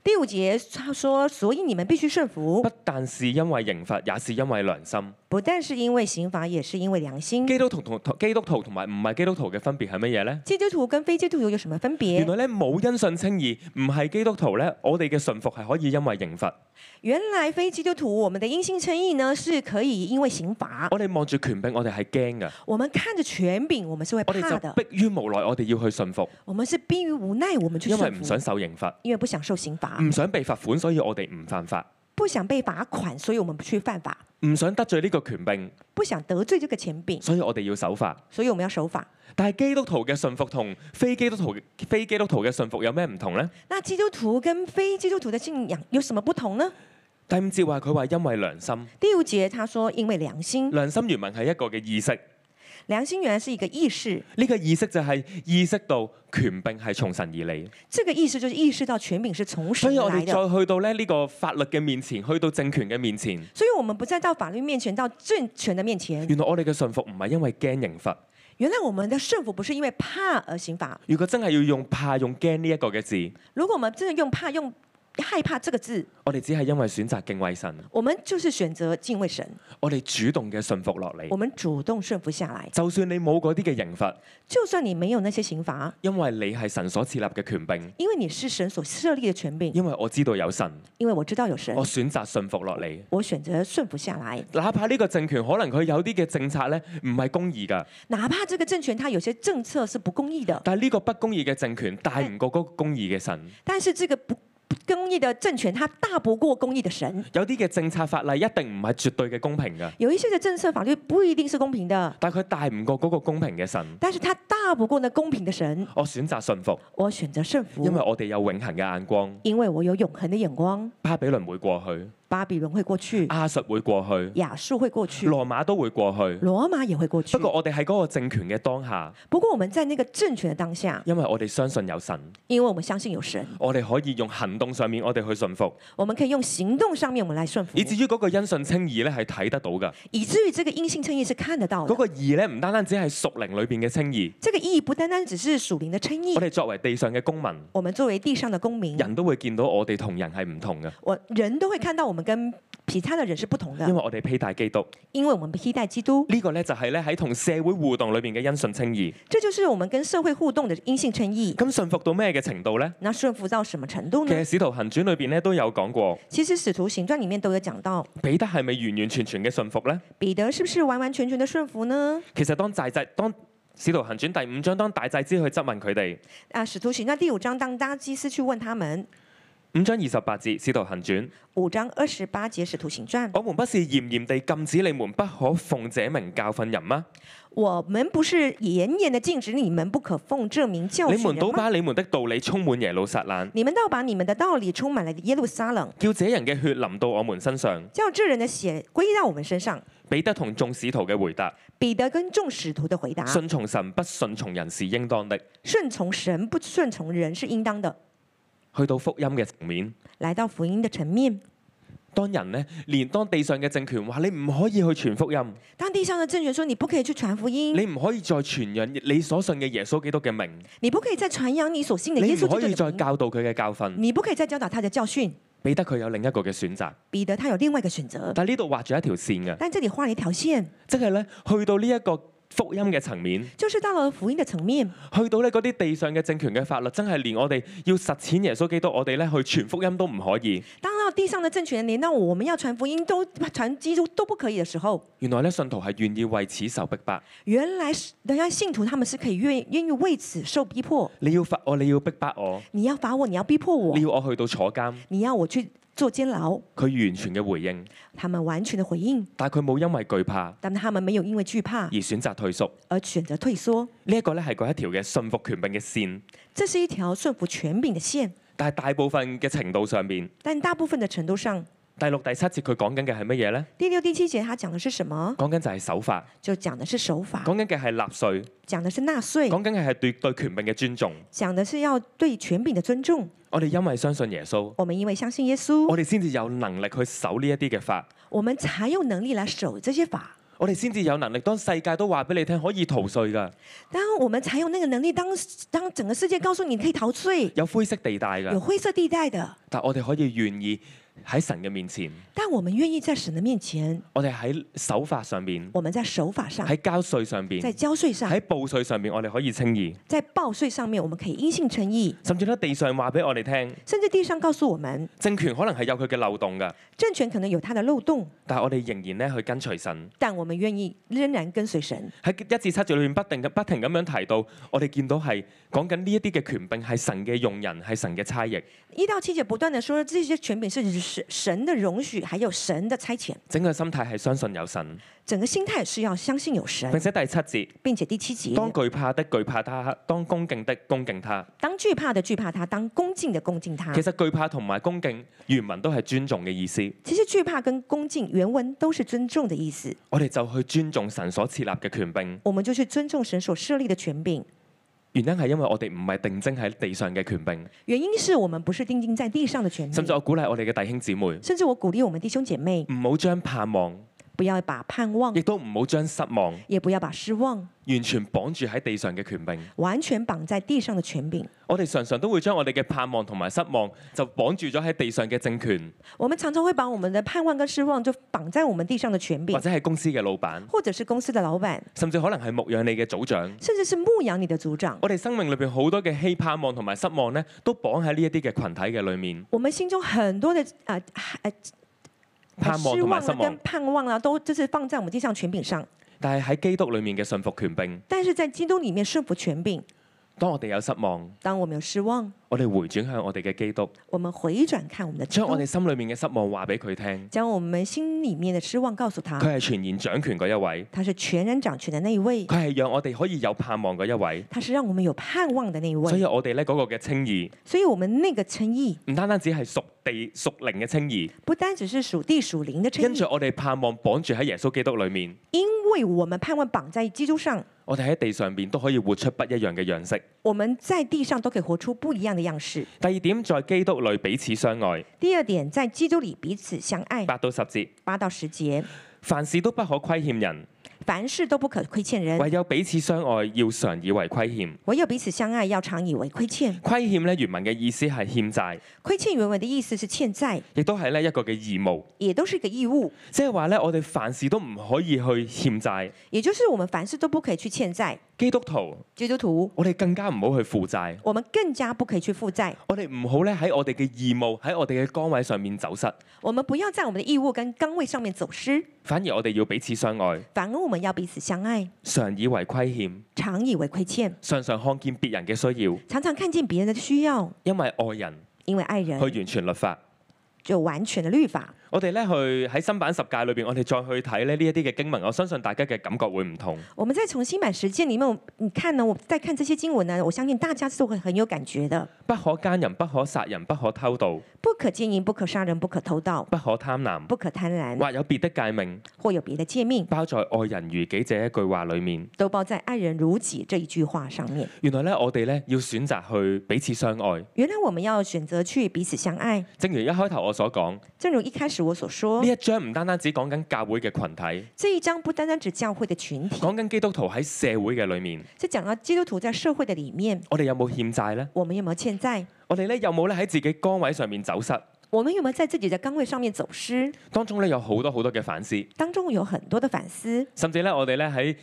[SPEAKER 3] 第五节他说：所以你们必须顺服
[SPEAKER 2] 不，但是因為刑罰，也是因為良心。
[SPEAKER 3] 不但是因为刑罚，也是因为良心。
[SPEAKER 2] 基督徒同基督徒同埋唔係基督徒嘅分別係乜嘢呢？
[SPEAKER 3] 基督徒跟非基督徒有什么分别
[SPEAKER 2] 原？來咧冇因信稱義，唔係基督徒咧，我哋嘅信服係可以因為刑罰。
[SPEAKER 3] 原来非基督徒我们的因信称义呢，是可以因为刑罚。
[SPEAKER 2] 我哋望住權柄，我哋係驚㗎，
[SPEAKER 3] 我们看着权柄，我们是会
[SPEAKER 2] 我
[SPEAKER 3] 怕
[SPEAKER 2] 哋
[SPEAKER 3] 的
[SPEAKER 2] 就。迫於無奈，我哋要去信服，
[SPEAKER 3] 我们是逼于无奈，我们去
[SPEAKER 2] 因為
[SPEAKER 3] 顺
[SPEAKER 2] 唔
[SPEAKER 3] 服
[SPEAKER 2] 想，受刑罰，
[SPEAKER 3] 因为不想受刑罚，
[SPEAKER 2] 唔想被罰款，所以我哋唔犯法，
[SPEAKER 3] 不想被罚款，所以我们不去犯法，
[SPEAKER 2] 唔想得罪呢個權柄，
[SPEAKER 3] 不想得罪这个权柄，
[SPEAKER 2] 所以我哋要守法。
[SPEAKER 3] 所以我们要守法。
[SPEAKER 2] 但係基督徒嘅信服同非基督徒非基督徒嘅信服有咩唔同呢？
[SPEAKER 3] 那基督徒跟非基督徒的信仰有什么不同呢？
[SPEAKER 2] 第五節話佢話因為良心，
[SPEAKER 3] 第五节他说，因为良心，
[SPEAKER 2] 良心原文係一個嘅意識，呢、
[SPEAKER 3] 良心原来是一个意识，
[SPEAKER 2] 個意識就係意識到權柄係從神而嚟，
[SPEAKER 3] 这个意识就是意识到权柄是从
[SPEAKER 2] 所
[SPEAKER 3] 神
[SPEAKER 2] 以我
[SPEAKER 3] 来
[SPEAKER 2] 哋
[SPEAKER 3] 的。
[SPEAKER 2] 再去到咧呢個法律嘅面前，去到政權嘅面前，
[SPEAKER 3] 所以，我们不再到法律面前，到政权的面前。
[SPEAKER 2] 原來我哋嘅信服唔係因為驚刑罰。
[SPEAKER 3] 原来我们的顺服不是因为怕而刑罚。
[SPEAKER 2] 如果真係要用怕、用驚呢一個嘅字，
[SPEAKER 3] 如果我们真的用怕、用害怕这个字，
[SPEAKER 2] 我哋只係因為選擇敬畏神，
[SPEAKER 3] 我们就是选择敬畏神，
[SPEAKER 2] 我哋主動嘅信服落
[SPEAKER 3] 我
[SPEAKER 2] 嚟。
[SPEAKER 3] 们主动顺服下来。
[SPEAKER 2] 就算你冇嗰啲嘅刑罰，
[SPEAKER 3] 就算你没有那些刑罚，
[SPEAKER 2] 因為你係神所設立嘅權柄，
[SPEAKER 3] 因为你是神所设立的权柄，
[SPEAKER 2] 因為我知道有神，
[SPEAKER 3] 因为我知道有神
[SPEAKER 2] 我，選擇信服落嚟。
[SPEAKER 3] 我选择顺服下来。
[SPEAKER 2] 哪怕呢個政權可能佢有啲嘅政策咧唔係公義㗎，
[SPEAKER 3] 哪怕这个政权它有些政策是不公义的，
[SPEAKER 2] 但係呢個不公義嘅政權大唔過嗰個公義嘅神。
[SPEAKER 3] 但是这个不不公义的政权它大不过公义的神。
[SPEAKER 2] 有啲嘅政策法例一定唔係絕對嘅公平㗎，
[SPEAKER 3] 有一些的政策法律不一定是公平的，
[SPEAKER 2] 但係佢大唔過嗰個公平嘅神。
[SPEAKER 3] 但是它大不过那公平的神。
[SPEAKER 2] 我選擇信服，
[SPEAKER 3] 我选择顺服，
[SPEAKER 2] 因為我哋有永恆嘅眼光。
[SPEAKER 3] 因为我有永恒的眼光。
[SPEAKER 2] 巴比倫會過去，
[SPEAKER 3] 巴比伦会过去，
[SPEAKER 2] 亞述會過去。
[SPEAKER 3] 亚述会过去，
[SPEAKER 2] 羅馬都會過去。
[SPEAKER 3] 罗马也会过去
[SPEAKER 2] 不。過我哋喺嗰個政權嘅當下，
[SPEAKER 3] 不过我们在那个政权的当下，
[SPEAKER 2] 因為我哋相信有神，
[SPEAKER 3] 因为我们相信有神，
[SPEAKER 2] 我哋可以用行動上面我哋去信服，
[SPEAKER 3] 我们可以用行动上面我们来顺服
[SPEAKER 2] 以，至於嗰個因信稱義咧係睇得到㗎。
[SPEAKER 3] 以至於这个阴性称义是看得到
[SPEAKER 2] 嗰、
[SPEAKER 3] 的。
[SPEAKER 2] 個義咧唔單單只係屬靈裏邊嘅稱義，
[SPEAKER 3] 这个义不单单只是属灵的称义
[SPEAKER 2] 我，哋作為地上嘅公民，
[SPEAKER 3] 我们作为地上的公民，
[SPEAKER 2] 人都會見到我哋同人係唔同嘅，
[SPEAKER 3] 我人都会看到我们跟其他的人是不同
[SPEAKER 2] 因為
[SPEAKER 3] 的，
[SPEAKER 2] 我哋披戴基督。
[SPEAKER 3] 因为我们披戴基督，
[SPEAKER 2] 呢、個咧就係咧喺同社會互動裏邊嘅因信稱義。
[SPEAKER 3] 这就是我们跟社会互动的阴性称义。
[SPEAKER 2] 咁信服到咩嘅程度呢？
[SPEAKER 3] 那顺服到什么程度
[SPEAKER 2] 其實
[SPEAKER 3] 呢？
[SPEAKER 2] 《使徒行傳》裏邊咧都有講過，
[SPEAKER 3] 其实《使徒行传》里面都有讲到，
[SPEAKER 2] 彼得係咪完完全全嘅信服呢？
[SPEAKER 3] 彼得是不是完完全全的顺服呢？
[SPEAKER 2] 其實當大祭當《使徒行傳》第五章，當大祭司去質問佢哋。
[SPEAKER 3] 啊，《使徒行传》第五章，当大祭司去问他们，
[SPEAKER 2] 五章二十八節《使徒行傳》，
[SPEAKER 3] 五章二十八节《使徒行传》，
[SPEAKER 2] 我們不是嚴嚴地禁止你們不可奉這名教訓人嗎？
[SPEAKER 3] 我们不是严严的禁止你们不可奉这名教
[SPEAKER 2] 你
[SPEAKER 3] 训
[SPEAKER 2] 們
[SPEAKER 3] 人
[SPEAKER 2] 都
[SPEAKER 3] 吗？
[SPEAKER 2] 把你們的道理充滿耶路撒冷，
[SPEAKER 3] 你们倒把你们的道理充满了耶路撒冷，
[SPEAKER 2] 叫這人嘅血淋到我們身上。
[SPEAKER 3] 叫这人的血归到我们身上。
[SPEAKER 2] 彼得同眾使徒嘅回答：
[SPEAKER 3] 彼得跟众使徒的回答：
[SPEAKER 2] 信從神不信從人是應當的。
[SPEAKER 3] 顺从神，不顺从人是应当的。
[SPEAKER 2] 去到福音嘅層面，
[SPEAKER 3] 来到福音的层面，
[SPEAKER 2] 當人呢，連當地上嘅政權話你唔可以去傳福音，
[SPEAKER 3] 当地上的政权说你不可以去传福音，
[SPEAKER 2] 你唔可以再傳揚你所信嘅耶穌基督嘅名，
[SPEAKER 3] 你不可以再傳扬你所信的
[SPEAKER 2] 你
[SPEAKER 3] 耶
[SPEAKER 2] 唔
[SPEAKER 3] 稣
[SPEAKER 2] 可以
[SPEAKER 3] 基督
[SPEAKER 2] 再
[SPEAKER 3] 的名，
[SPEAKER 2] 教導佢嘅教訓。
[SPEAKER 3] 你不可以再教导他的教训。
[SPEAKER 2] 彼得佢有另一個嘅選擇，
[SPEAKER 3] 彼得他有另外一个选择，
[SPEAKER 2] 但呢度畫咗一條線嘅。
[SPEAKER 3] 但这里画了一条线，
[SPEAKER 2] 即係咧，去到呢一個福音嘅層面，
[SPEAKER 3] 就是到了福音的层面，
[SPEAKER 2] 去到咧嗰啲地上嘅政權嘅法律，真係連我哋要實踐耶穌基督，我哋咧去傳福音都唔可以。
[SPEAKER 3] 当到地上的政权连到我们要传福音都传基督都不可以的时候，
[SPEAKER 2] 原來咧信徒係願意為此受逼迫。
[SPEAKER 3] 原来是人家信徒他们是可以愿愿意为此受逼迫。
[SPEAKER 2] 你要罰我，你要逼迫我，
[SPEAKER 3] 你要罚我，你要逼迫我
[SPEAKER 2] 你，要我去到坐監。
[SPEAKER 3] 你要我去做监牢。
[SPEAKER 2] 佢完全嘅回應，
[SPEAKER 3] 他们完全的回应，
[SPEAKER 2] 但係佢冇因為懼怕
[SPEAKER 3] 但他们没有因为惧怕
[SPEAKER 2] 而選擇退縮。
[SPEAKER 3] 而选择退缩。
[SPEAKER 2] 呢一個咧係嗰一條嘅信服權柄嘅線，
[SPEAKER 3] 这是一条顺服权柄的线，
[SPEAKER 2] 但係大部分嘅程度上面，
[SPEAKER 3] 但大部分的程度上，
[SPEAKER 2] 第六、第七節佢講緊嘅係乜嘢呢？
[SPEAKER 3] 第六、第七节他讲的是什么？
[SPEAKER 2] 講緊就係守法，
[SPEAKER 3] 就讲的是守法，
[SPEAKER 2] 講緊嘅係納税，
[SPEAKER 3] 讲的是纳税，
[SPEAKER 2] 講緊嘅係對對權柄嘅尊重。
[SPEAKER 3] 讲的是要对权柄的尊重。
[SPEAKER 2] 我哋因為相信耶穌，
[SPEAKER 3] 我们因为相信耶稣，
[SPEAKER 2] 我哋先至有能力去守呢一啲嘅法，
[SPEAKER 3] 我们才有能力来守这些法。
[SPEAKER 2] 我哋先至有能力當世界都話俾你聽可以逃税㗎，
[SPEAKER 3] 当我们才有那个能力，当当整个世界告诉你可以逃税，
[SPEAKER 2] 有灰色地帶
[SPEAKER 3] 有
[SPEAKER 2] 㗎。
[SPEAKER 3] 灰色地带的，
[SPEAKER 2] 但我哋可以願意喺神嘅面前，
[SPEAKER 3] 但我们愿意在神的面前，
[SPEAKER 2] 我哋喺守法上面，
[SPEAKER 3] 我们在守法上，
[SPEAKER 2] 喺交税上面，
[SPEAKER 3] 在交税上，
[SPEAKER 2] 喺報税上面，我哋可以稱義。
[SPEAKER 3] 在报税上面，我们可以因信称义。
[SPEAKER 2] 甚至喺地上話俾我哋聽，
[SPEAKER 3] 甚至地上告诉我们，
[SPEAKER 2] 政權可能係有佢嘅漏洞㗎，
[SPEAKER 3] 政权可能有它的漏洞，
[SPEAKER 2] 但係我哋仍然咧去跟隨神。
[SPEAKER 3] 但我们愿意仍然跟随神。
[SPEAKER 2] 喺一至七節裏面不定不停咁樣提到，我哋見到係講緊呢一啲嘅權柄係神嘅用人，係神嘅差役。
[SPEAKER 3] 一到七节不断的说，这些权柄是神神的容许，还有神的差遣。
[SPEAKER 2] 整個心態係相信有神。
[SPEAKER 3] 整个心态是要相信有
[SPEAKER 2] 並
[SPEAKER 3] 神，
[SPEAKER 2] 且第七節，
[SPEAKER 3] 并且第七节，
[SPEAKER 2] 當懼怕的懼怕他，當恭敬的恭敬他。
[SPEAKER 3] 当惧怕的惧怕他，当恭敬的恭敬他
[SPEAKER 2] 其。實懼怕同埋恭敬原文都係尊重嘅意思，
[SPEAKER 3] 其实惧怕跟恭敬原文都是尊重的意思，
[SPEAKER 2] 我哋就去尊重神所設立嘅權柄。
[SPEAKER 3] 我们就去尊重神所设立的权柄。
[SPEAKER 2] 原因係因為我哋唔係定睛喺地上嘅權柄，
[SPEAKER 3] 原因是我们不是定睛在地上的权
[SPEAKER 2] 甚至
[SPEAKER 3] 柄，
[SPEAKER 2] 我鼓勵我哋嘅弟兄姊妹
[SPEAKER 3] 甚至我鼓励我们弟兄姐妹
[SPEAKER 2] 唔好將盼望。
[SPEAKER 3] 不要把盼望
[SPEAKER 2] 亦，都唔好將失望
[SPEAKER 3] 也不要把失望
[SPEAKER 2] 完全綁住喺地上嘅權柄。
[SPEAKER 3] 完全綁在地上的权柄。
[SPEAKER 2] 我哋常常都會將我哋嘅盼望同埋失望就綁住咗喺地上嘅政權，
[SPEAKER 3] 我们常常会把我们的盼望跟失望就绑在我们地上的权柄
[SPEAKER 2] 或，者係公司嘅老闆，
[SPEAKER 3] 或者是公司的老板，
[SPEAKER 2] 甚至可能係牧養你嘅組長。
[SPEAKER 3] 甚至是牧养你的组长。
[SPEAKER 2] 我哋生命裏邊好多嘅希盼望同埋失望呢，都綁喺呢一啲嘅群體嘅裏面。
[SPEAKER 3] 我们心中很多的呃呃
[SPEAKER 2] 盼望
[SPEAKER 3] 失
[SPEAKER 2] 同埋
[SPEAKER 3] 望
[SPEAKER 2] 失
[SPEAKER 3] 啊跟
[SPEAKER 2] 望，
[SPEAKER 3] 盼望啊，都就是放在我们地上权柄上。
[SPEAKER 2] 但係喺基督裏面嘅信服權柄。
[SPEAKER 3] 但是在基督里面顺服权柄，
[SPEAKER 2] 當我哋有失望，
[SPEAKER 3] 当我们有失望，
[SPEAKER 2] 我哋回轉向我哋嘅基督，
[SPEAKER 3] 我们回转看我们的基
[SPEAKER 2] 將我
[SPEAKER 3] 督
[SPEAKER 2] 哋，心裏面嘅失望話俾佢聽。
[SPEAKER 3] 将我们心里面的失望告诉他，
[SPEAKER 2] 佢係全然掌權嗰一位，
[SPEAKER 3] 他是全然掌权的那一位，
[SPEAKER 2] 佢係讓我哋可以有盼望嗰一位。
[SPEAKER 3] 他是让我们有盼望的那一
[SPEAKER 2] 所
[SPEAKER 3] 位。
[SPEAKER 2] 以我哋咧嗰個嘅稱義。
[SPEAKER 3] 所以，我们那个称义
[SPEAKER 2] 唔單單只係屬地屬靈嘅稱義，
[SPEAKER 3] 不单只是属地属灵的称
[SPEAKER 2] 因
[SPEAKER 3] 义
[SPEAKER 2] 着，我哋盼望綁住喺耶穌基督裏面，
[SPEAKER 3] 因为我们盼望绑在基督上，
[SPEAKER 2] 我哋喺地上邊都可以活出不一樣嘅樣式。
[SPEAKER 3] 我们在地上都可以活出不一样的样式。
[SPEAKER 2] 第二點，在基督裏彼此相愛，
[SPEAKER 3] 第二点，在基督里彼此相爱。
[SPEAKER 2] 八到十節，
[SPEAKER 3] 八到十节，
[SPEAKER 2] 凡事都不可虧欠人，
[SPEAKER 3] 凡事都不可亏欠人，
[SPEAKER 2] 唯有彼此相愛，要常以為虧欠。
[SPEAKER 3] 唯有彼此相爱，要常以为亏欠。
[SPEAKER 2] 虧欠咧原文嘅意思係欠債，
[SPEAKER 3] 亏欠原文的意思是欠债，
[SPEAKER 2] 亦都係咧一個嘅義務，
[SPEAKER 3] 也都是一个义务，
[SPEAKER 2] 即係話咧我哋凡事都唔可以去欠債。
[SPEAKER 3] 也就是我们凡事都不可以去欠债。
[SPEAKER 2] 基督徒，
[SPEAKER 3] 基督徒，
[SPEAKER 2] 我哋更加唔好去負債，
[SPEAKER 3] 我们更加不可以去负债，
[SPEAKER 2] 我哋唔好咧喺我哋嘅義務喺我哋嘅崗位上面走失，
[SPEAKER 3] 我们不要在我们的义务跟岗位上面走失，
[SPEAKER 2] 反而我哋要彼此相愛。
[SPEAKER 3] 反而我们要彼此相爱，
[SPEAKER 2] 常以為虧欠，
[SPEAKER 3] 常以为亏欠，
[SPEAKER 2] 常常看見別人嘅需要，
[SPEAKER 3] 常常看见别人的需要，
[SPEAKER 2] 因為愛人
[SPEAKER 3] 因为爱
[SPEAKER 2] 去
[SPEAKER 3] 人
[SPEAKER 2] 完全律法。
[SPEAKER 3] 就完全的律法。
[SPEAKER 2] 我哋咧去喺新版十戒裏邊，我哋再去睇咧呢一啲嘅經文，我相信大家嘅感覺會唔同。
[SPEAKER 3] 我们再重新版实践里面，我你看呢，我在看这些经文呢，我相信大家是会很有感觉的。
[SPEAKER 2] 不可奸淫，不可殺人，不可偷盜，
[SPEAKER 3] 不可奸淫，不可杀人，不可偷盗，
[SPEAKER 2] 不可貪婪，
[SPEAKER 3] 不可贪婪，
[SPEAKER 2] 或有別的戒命，
[SPEAKER 3] 或有别的诫命，
[SPEAKER 2] 包在愛人如己這一句話裡面。
[SPEAKER 3] 都包在“爱人如己”这一句话上面。
[SPEAKER 2] 原來咧，我哋咧要選擇去彼此相愛。
[SPEAKER 3] 原来我们要选择去彼此相爱，
[SPEAKER 2] 正如一開頭我所講，呢
[SPEAKER 3] 正如一开始我所说，
[SPEAKER 2] 一章唔單單只講緊教會嘅群體，
[SPEAKER 3] 这一章不单单指教会的群体，
[SPEAKER 2] 講緊基督徒喺社會嘅裏面，
[SPEAKER 3] 是讲到基督徒在社会的里面，
[SPEAKER 2] 我哋有冇欠債呢？
[SPEAKER 3] 我们有没有欠债？
[SPEAKER 2] 我哋咧有冇咧喺自己崗位上面走失？
[SPEAKER 3] 我们有没有在自己的岗位上面走失？
[SPEAKER 2] 當中咧有好多好多嘅反思，
[SPEAKER 3] 当中有很多的反思，
[SPEAKER 2] 甚至咧我哋咧喺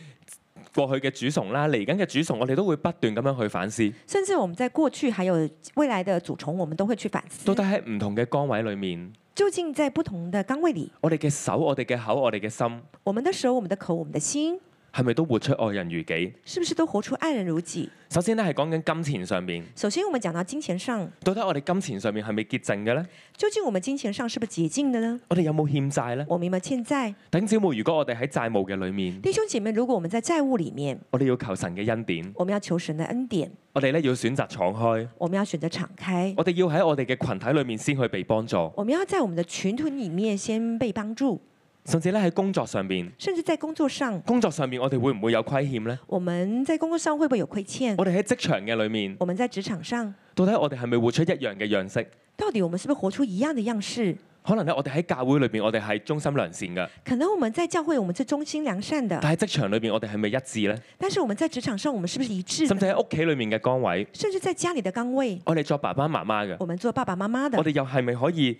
[SPEAKER 2] 過去嘅主崇啦，嚟緊嘅主崇，我哋都會不斷咁樣去反思，
[SPEAKER 3] 甚至我们在过去还有未来的主从，我们都会去反思
[SPEAKER 2] 到，底喺唔同嘅崗位裏面，
[SPEAKER 3] 究竟在不同的岗位里，
[SPEAKER 2] 我哋嘅手、我哋嘅口、我哋嘅心，
[SPEAKER 3] 我们的手、我们的口、我们的心，
[SPEAKER 2] 係咪都活出愛人如己？
[SPEAKER 3] 是不是都活出爱人如己？
[SPEAKER 2] 首先咧係講緊金錢上面，
[SPEAKER 3] 首先，我们讲到金钱上，
[SPEAKER 2] 到底我哋金錢上面係咪潔淨嘅呢？
[SPEAKER 3] 究竟我们金钱上是不是洁净的呢？
[SPEAKER 2] 我哋有冇欠債呢？
[SPEAKER 3] 我明白欠债，
[SPEAKER 2] 頂姊妹，如果我哋喺債務嘅裏面，
[SPEAKER 3] 弟兄姐妹，如果我们在债务里面，
[SPEAKER 2] 我哋要求神嘅恩典，
[SPEAKER 3] 我们要求神的恩典，
[SPEAKER 2] 我哋咧要選擇敞開，
[SPEAKER 3] 我们要选择敞开，
[SPEAKER 2] 我哋要喺我哋嘅群體裏面先去被幫助，
[SPEAKER 3] 我们要在我们的群体里面先被帮助，
[SPEAKER 2] 甚至咧喺工作上面，
[SPEAKER 3] 甚至在工作上，
[SPEAKER 2] 工作上面我哋會唔會有虧欠呢？
[SPEAKER 3] 我们在工作上会不会有亏欠？
[SPEAKER 2] 我哋喺職場嘅裏面，
[SPEAKER 3] 我们在职场上，
[SPEAKER 2] 到底我哋係咪活出一樣嘅樣式？
[SPEAKER 3] 到底我们是不是活出一样的样式？
[SPEAKER 2] 可能咧，我哋喺教會裏邊，我哋係忠心良善嘅；
[SPEAKER 3] 可能我们在教会我们是忠心良善的，
[SPEAKER 2] 但喺職場裏邊，我哋係咪一致呢？
[SPEAKER 3] 但是我们在职场上我们是不是一致
[SPEAKER 2] 甚
[SPEAKER 3] 的？
[SPEAKER 2] 至喺屋企裏面嘅崗位，
[SPEAKER 3] 甚至在家里的岗位，
[SPEAKER 2] 我哋作爸爸媽媽嘅，
[SPEAKER 3] 我们做爸爸妈妈
[SPEAKER 2] 我
[SPEAKER 3] 的，
[SPEAKER 2] 哋又係咪可以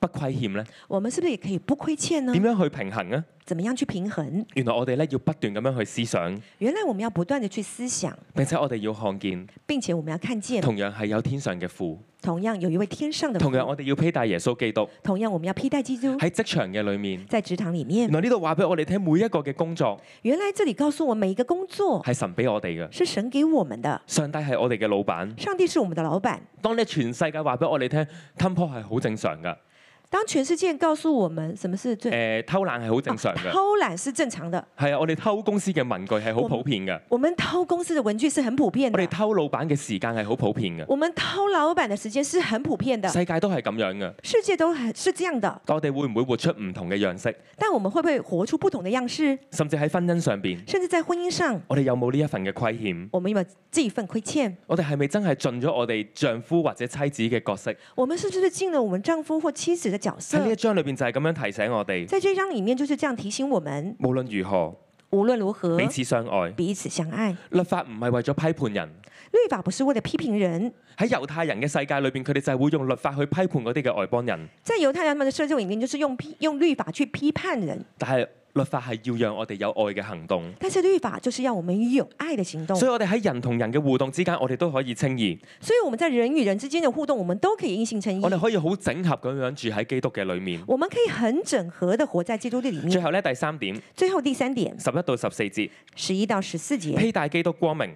[SPEAKER 2] 不虧欠呢？
[SPEAKER 3] 我们是不是也可以不亏欠呢
[SPEAKER 2] 點？樣去平衡呢？
[SPEAKER 3] 怎么样去平衡？
[SPEAKER 2] 原來我哋咧要不斷咁樣去思想，
[SPEAKER 3] 原来我们要不断的去思想，
[SPEAKER 2] 並且我哋要看見，
[SPEAKER 3] 并且我们要看见，
[SPEAKER 2] 同樣係有天上嘅父，
[SPEAKER 3] 同样有一位天上的父，
[SPEAKER 2] 同樣我哋要披戴耶穌基督
[SPEAKER 3] 同样我们要披戴基督
[SPEAKER 2] 喺職場嘅裏面。
[SPEAKER 3] 在职场里
[SPEAKER 2] 原
[SPEAKER 3] 面。
[SPEAKER 2] 來呢度話俾我哋聽，每一個嘅工作
[SPEAKER 3] 原来这里告诉我们，每一个工作
[SPEAKER 2] 係神俾我哋嘅，
[SPEAKER 3] 是神给我们的，
[SPEAKER 2] 上帝係我哋嘅老闆。
[SPEAKER 3] 上帝是我们的老板。
[SPEAKER 2] 當你全世界話俾我哋聽，吞破係好正常㗎，
[SPEAKER 3] 当全世界告诉我们什么是
[SPEAKER 2] 誒、
[SPEAKER 3] 最啊
[SPEAKER 2] 偷懶係好正常
[SPEAKER 3] [LAUGHS]
[SPEAKER 2] 㗎。
[SPEAKER 3] 偷懒是正常的，
[SPEAKER 2] 係啊，我哋偷公司嘅文具係好普遍嘅，
[SPEAKER 3] 我嗯们偷公司的文具是很普遍
[SPEAKER 2] 我哋
[SPEAKER 3] 的，
[SPEAKER 2] 偷老闆嘅時間係好普遍嘅，
[SPEAKER 3] 我们偷老板的时间是很普遍的，
[SPEAKER 2] 世界都係咁樣嘅。
[SPEAKER 3] 世界都很是这样的。
[SPEAKER 2] 但我哋會唔會活出唔同嘅樣式？
[SPEAKER 3] 但我们会不会活出不同的样式？
[SPEAKER 2] 甚至喺婚姻上邊，
[SPEAKER 3] 甚至在婚姻上，
[SPEAKER 2] 我哋有冇呢一份嘅虧欠？
[SPEAKER 3] 我们有没有这一份亏欠？
[SPEAKER 2] 我哋係咪真係盡咗我哋丈夫或者妻子嘅角色？
[SPEAKER 3] 我们是不是尽了我们丈夫或妻子的角
[SPEAKER 2] 喺呢一
[SPEAKER 3] 色？
[SPEAKER 2] 章裏邊就係咁樣提醒我哋，
[SPEAKER 3] 在这一章里面就是这样提醒我们：
[SPEAKER 2] 無論如何
[SPEAKER 3] 无论如何
[SPEAKER 2] 彼，此相愛。
[SPEAKER 3] 彼此相爱。
[SPEAKER 2] 律法唔係為咗批判人，
[SPEAKER 3] 律法不是为了批评人，
[SPEAKER 2] 喺猶太人嘅世界裏邊，佢哋就係會用律法去批判嗰啲嘅外邦人。
[SPEAKER 3] 在犹太人们的社会里面，就是用批用律法去批判人，
[SPEAKER 2] 但係律法係要讓我哋有愛嘅行動，
[SPEAKER 3] 但是律法就是要我们有爱的行动。
[SPEAKER 2] 所以我哋喺人同人嘅互動之間，我哋都可以稱義。
[SPEAKER 3] 所以我们在人与人之间的互动，我们都可以因信称义
[SPEAKER 2] 我。哋可以好整合咁樣住喺基督嘅裏面。
[SPEAKER 3] 我们可以很整合的活在基督的里
[SPEAKER 2] 最
[SPEAKER 3] 面。
[SPEAKER 2] 後咧，第三點，
[SPEAKER 3] 最后第三点，
[SPEAKER 2] 十一到十四節，
[SPEAKER 3] 十一到十四节，
[SPEAKER 2] 披戴基督光明，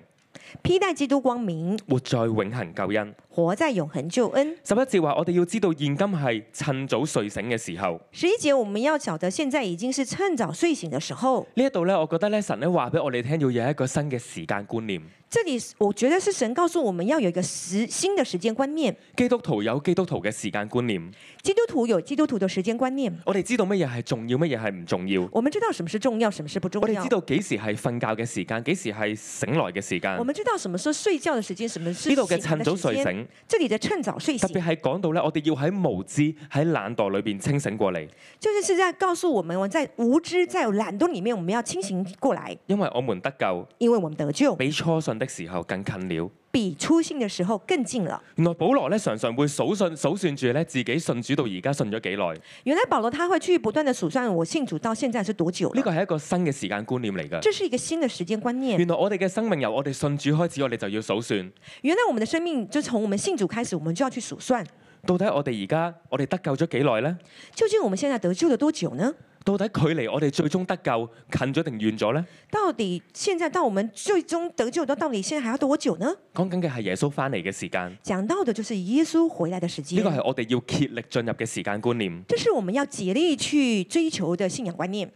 [SPEAKER 3] 披戴基督光明，
[SPEAKER 2] 活在永恒救恩。
[SPEAKER 3] 活在永恒救恩。
[SPEAKER 2] 十一節話：我哋要知道現今係趁早睡醒嘅時候。
[SPEAKER 3] 十一节，我们要晓得现在已经是趁早睡醒的时候。
[SPEAKER 2] 呢一度咧，我覺得咧，神咧話俾我哋聽，要有一個新嘅時間觀念。
[SPEAKER 3] 这里我觉得是神告诉我们要有一个时新的时间观念。
[SPEAKER 2] 基督徒有基督徒嘅時間觀念，
[SPEAKER 3] 基督徒有基督徒的时间观念，
[SPEAKER 2] 我哋知道乜嘢係重要，乜嘢係唔重要。
[SPEAKER 3] 我们知道什么是重要，什么是不重
[SPEAKER 2] 我哋
[SPEAKER 3] 要
[SPEAKER 2] 知。道幾時係瞓覺嘅時間，幾時係醒來嘅時間
[SPEAKER 3] 我。们知道什么是睡觉的时间，什么是
[SPEAKER 2] 呢度嘅
[SPEAKER 3] 醒来
[SPEAKER 2] 趁早
[SPEAKER 3] 的时
[SPEAKER 2] 睡
[SPEAKER 3] 间。
[SPEAKER 2] 醒，
[SPEAKER 3] 这里的趁早睡
[SPEAKER 2] 特
[SPEAKER 3] 醒，
[SPEAKER 2] 別係講到咧，我哋要喺無知、喺懶惰裏邊清醒過嚟。
[SPEAKER 3] 就是是在告诉我们，我们在无知、在懒惰里面，我们要清醒过来，
[SPEAKER 2] 因為我們得救，
[SPEAKER 3] 因为我们得救
[SPEAKER 2] 比初信的時候更近了。
[SPEAKER 3] 比初信的时候更近了。
[SPEAKER 2] 原來保羅咧常常會數算數算住咧自己信主到而家信咗幾耐，呢
[SPEAKER 3] 原来保罗他会去不断的数算我信主到现在是多久了，
[SPEAKER 2] 個係一個新嘅時間觀念嚟㗎。
[SPEAKER 3] 这是一个新的时间观念。
[SPEAKER 2] 原來我哋嘅生命由我哋信主開始，我哋就要數算，
[SPEAKER 3] 原来我们的生命就从我们信主开始，我们就要去数算，
[SPEAKER 2] 到底我哋而家我哋得救咗幾耐呢？
[SPEAKER 3] 究竟我们现在得救了多久呢？
[SPEAKER 2] 到底距離我哋最終得救近咗定遠咗呢？
[SPEAKER 3] 到底现在到我们最终得救的，到底现在还要多久呢？
[SPEAKER 2] 講緊嘅係耶穌翻嚟嘅時間，
[SPEAKER 3] 讲到的就是耶稣回来的时
[SPEAKER 2] 呢
[SPEAKER 3] 间
[SPEAKER 2] 個，係我哋要竭力進入嘅時間觀念。
[SPEAKER 3] 这是我们要竭力去追求的信仰观念。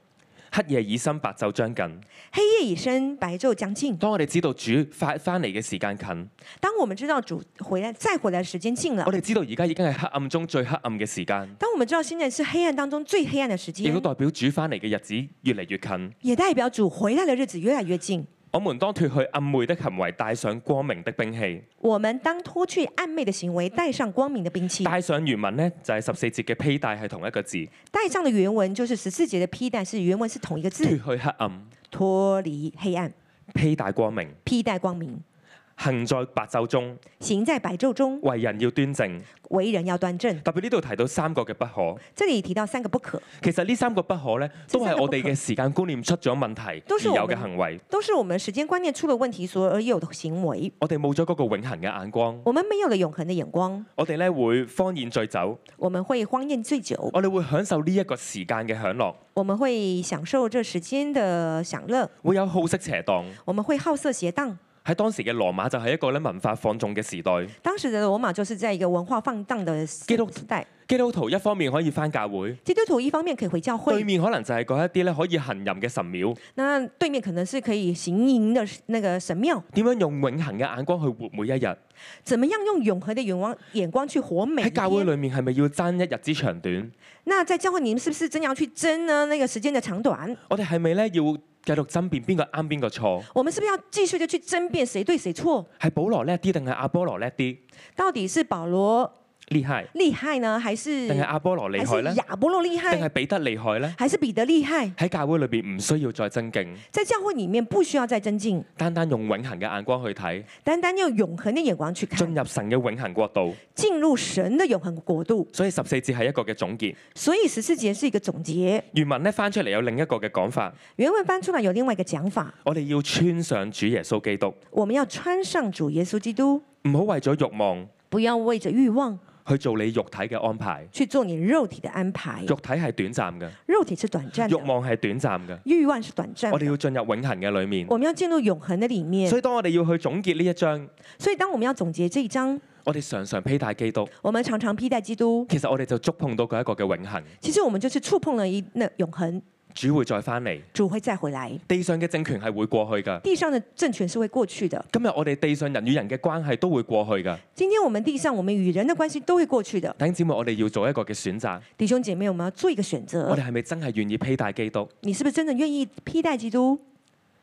[SPEAKER 2] 黑夜已深，白晝將近。
[SPEAKER 3] 黑夜已深，白昼将近。
[SPEAKER 2] 當我哋知道主快翻嚟嘅時間近，
[SPEAKER 3] 当我们知道主回来再回来的时间近了
[SPEAKER 2] 我，哋知道而家已經係黑暗中最黑暗嘅時間。
[SPEAKER 3] 当我们知道现在是黑暗当中最黑暗的时
[SPEAKER 2] 亦
[SPEAKER 3] 间
[SPEAKER 2] 都，代表主翻嚟嘅日子越嚟越近。
[SPEAKER 3] 也代表主回来的日子越来越近。
[SPEAKER 2] 我們當脱去暗昧的行為，帶上光明的兵器。
[SPEAKER 3] 我们当脱去暧昧的行为，带上光明的兵器。
[SPEAKER 2] 帶上原文呢，就係十四節嘅披帶係同一個字，
[SPEAKER 3] 带上的原文就是十四节的披带，是原文是同一个
[SPEAKER 2] 脱
[SPEAKER 3] 字，
[SPEAKER 2] 去黑暗，
[SPEAKER 3] 脱离黑暗，
[SPEAKER 2] 披帶光明。
[SPEAKER 3] 披带光明。
[SPEAKER 2] 行在白晝中，
[SPEAKER 3] 行在白昼中，
[SPEAKER 2] 為人要端正。
[SPEAKER 3] 为人要端正。
[SPEAKER 2] 特別呢度提到三個嘅不可，
[SPEAKER 3] 这里提到三个不可，
[SPEAKER 2] 其實呢三個不可呢，都係我哋
[SPEAKER 3] 這三個不可
[SPEAKER 2] 嘅時間觀念出咗問題
[SPEAKER 3] 都是
[SPEAKER 2] 而有
[SPEAKER 3] 我們
[SPEAKER 2] 嘅行為。
[SPEAKER 3] 都是我们时间观念出了问题所而有的行为。
[SPEAKER 2] 我哋冇咗嗰個永恆嘅眼光，
[SPEAKER 3] 我们没有了永恒的眼光，
[SPEAKER 2] 我哋呢會荒宴醉酒，
[SPEAKER 3] 我们会荒宴醉酒，
[SPEAKER 2] 我哋會享受呢一個時間嘅享樂，
[SPEAKER 3] 我们會享受這時間的享樂，
[SPEAKER 2] 會有好色邪蕩。
[SPEAKER 3] 我們會好色邪蕩。
[SPEAKER 2] 喺當時嘅羅馬就係一個咧文化放縱嘅時代，
[SPEAKER 3] 當時的羅馬就是在一個文化放蕩的
[SPEAKER 2] 基督
[SPEAKER 3] 時代，
[SPEAKER 2] 基督徒一方面可以返教會，
[SPEAKER 3] 基督徒一方面可以回教
[SPEAKER 2] 對
[SPEAKER 3] 會，
[SPEAKER 2] 面可能就係嗰一啲咧可以行淫嘅神廟，
[SPEAKER 3] 那對面可能是可以行淫的那個神廟。
[SPEAKER 2] 點樣用永恆嘅眼光去活每一日？
[SPEAKER 3] 怎麼樣用永恆的眼光眼光去活每一
[SPEAKER 2] 喺教會
[SPEAKER 3] 天？
[SPEAKER 2] 裏面係咪要爭一日之長短？
[SPEAKER 3] 那在教會你們是不是真要去爭呢？那個時間的長短，
[SPEAKER 2] 我哋係咪咧要繼續爭辯邊個啱邊個錯？
[SPEAKER 3] 我們是不是要繼續的去爭辯誰對誰錯？
[SPEAKER 2] 係保羅叻啲定係阿波羅叻啲？
[SPEAKER 3] 到底是保羅
[SPEAKER 2] 厲害
[SPEAKER 3] 厲害呢，還是
[SPEAKER 2] 定係阿波羅厲
[SPEAKER 3] 嗯還是
[SPEAKER 2] 害呢？
[SPEAKER 3] 亞波羅厲
[SPEAKER 2] 定係
[SPEAKER 3] 害，
[SPEAKER 2] 彼得厲害呢？
[SPEAKER 3] 還是彼得厲害？
[SPEAKER 2] 喺教會裏邊唔需要再爭競，
[SPEAKER 3] 在教會裡面不需要再增進，
[SPEAKER 2] 單單用永恆嘅眼光去睇，
[SPEAKER 3] 单单用永恒的眼光去
[SPEAKER 2] 進
[SPEAKER 3] 看，
[SPEAKER 2] 入神嘅永恆國度。
[SPEAKER 3] 进入神的永恒国度。
[SPEAKER 2] 所以十四節係一個嘅總結。
[SPEAKER 3] 所以十四节是一个总结，
[SPEAKER 2] 原文咧翻出嚟有另一個嘅講法，
[SPEAKER 3] 原文翻出来有另外一个讲法：
[SPEAKER 2] 我哋要穿上主耶穌基督，
[SPEAKER 3] 我們要穿上主耶穌基督，
[SPEAKER 2] 唔好為咗慾望
[SPEAKER 3] 不要为着欲望
[SPEAKER 2] 去做你肉體嘅安排。
[SPEAKER 3] 去做你肉体的安排。
[SPEAKER 2] 肉體係短暫嗯嘅，
[SPEAKER 3] 肉体是短暂
[SPEAKER 2] 慾
[SPEAKER 3] 的，
[SPEAKER 2] 望係短暫嘅，
[SPEAKER 3] 欲望是短暂
[SPEAKER 2] 我哋
[SPEAKER 3] 的。
[SPEAKER 2] 要進入永恆嘅裏面。
[SPEAKER 3] 我們要进入永恒的里面
[SPEAKER 2] 所，以當我哋要去總結呢一章，
[SPEAKER 3] 所以当我们要总结这一章，
[SPEAKER 2] 我哋常常披戴基督，
[SPEAKER 3] 我们常常披戴基督，
[SPEAKER 2] 其實我哋就觸碰到嗰一個嘅永恆，
[SPEAKER 3] 其實我們就是觸碰了一那永恒，
[SPEAKER 2] 主會再翻嚟，
[SPEAKER 3] 主會再回來。
[SPEAKER 2] 地上嘅政權係會過去㗎。
[SPEAKER 3] 地上的政權是會過去的，
[SPEAKER 2] 今日我哋地上人與人嘅關係都會過去㗎。
[SPEAKER 3] 今天我们地上我们与人的關係都會過去的。
[SPEAKER 2] 弟兄姊妹，我哋要做一個嘅選擇，
[SPEAKER 3] 弟兄姐妹，我们要做一个选
[SPEAKER 2] 我
[SPEAKER 3] 择
[SPEAKER 2] 哋，係咪真係願意披戴基督？
[SPEAKER 3] 你是不是真的愿意披戴基督？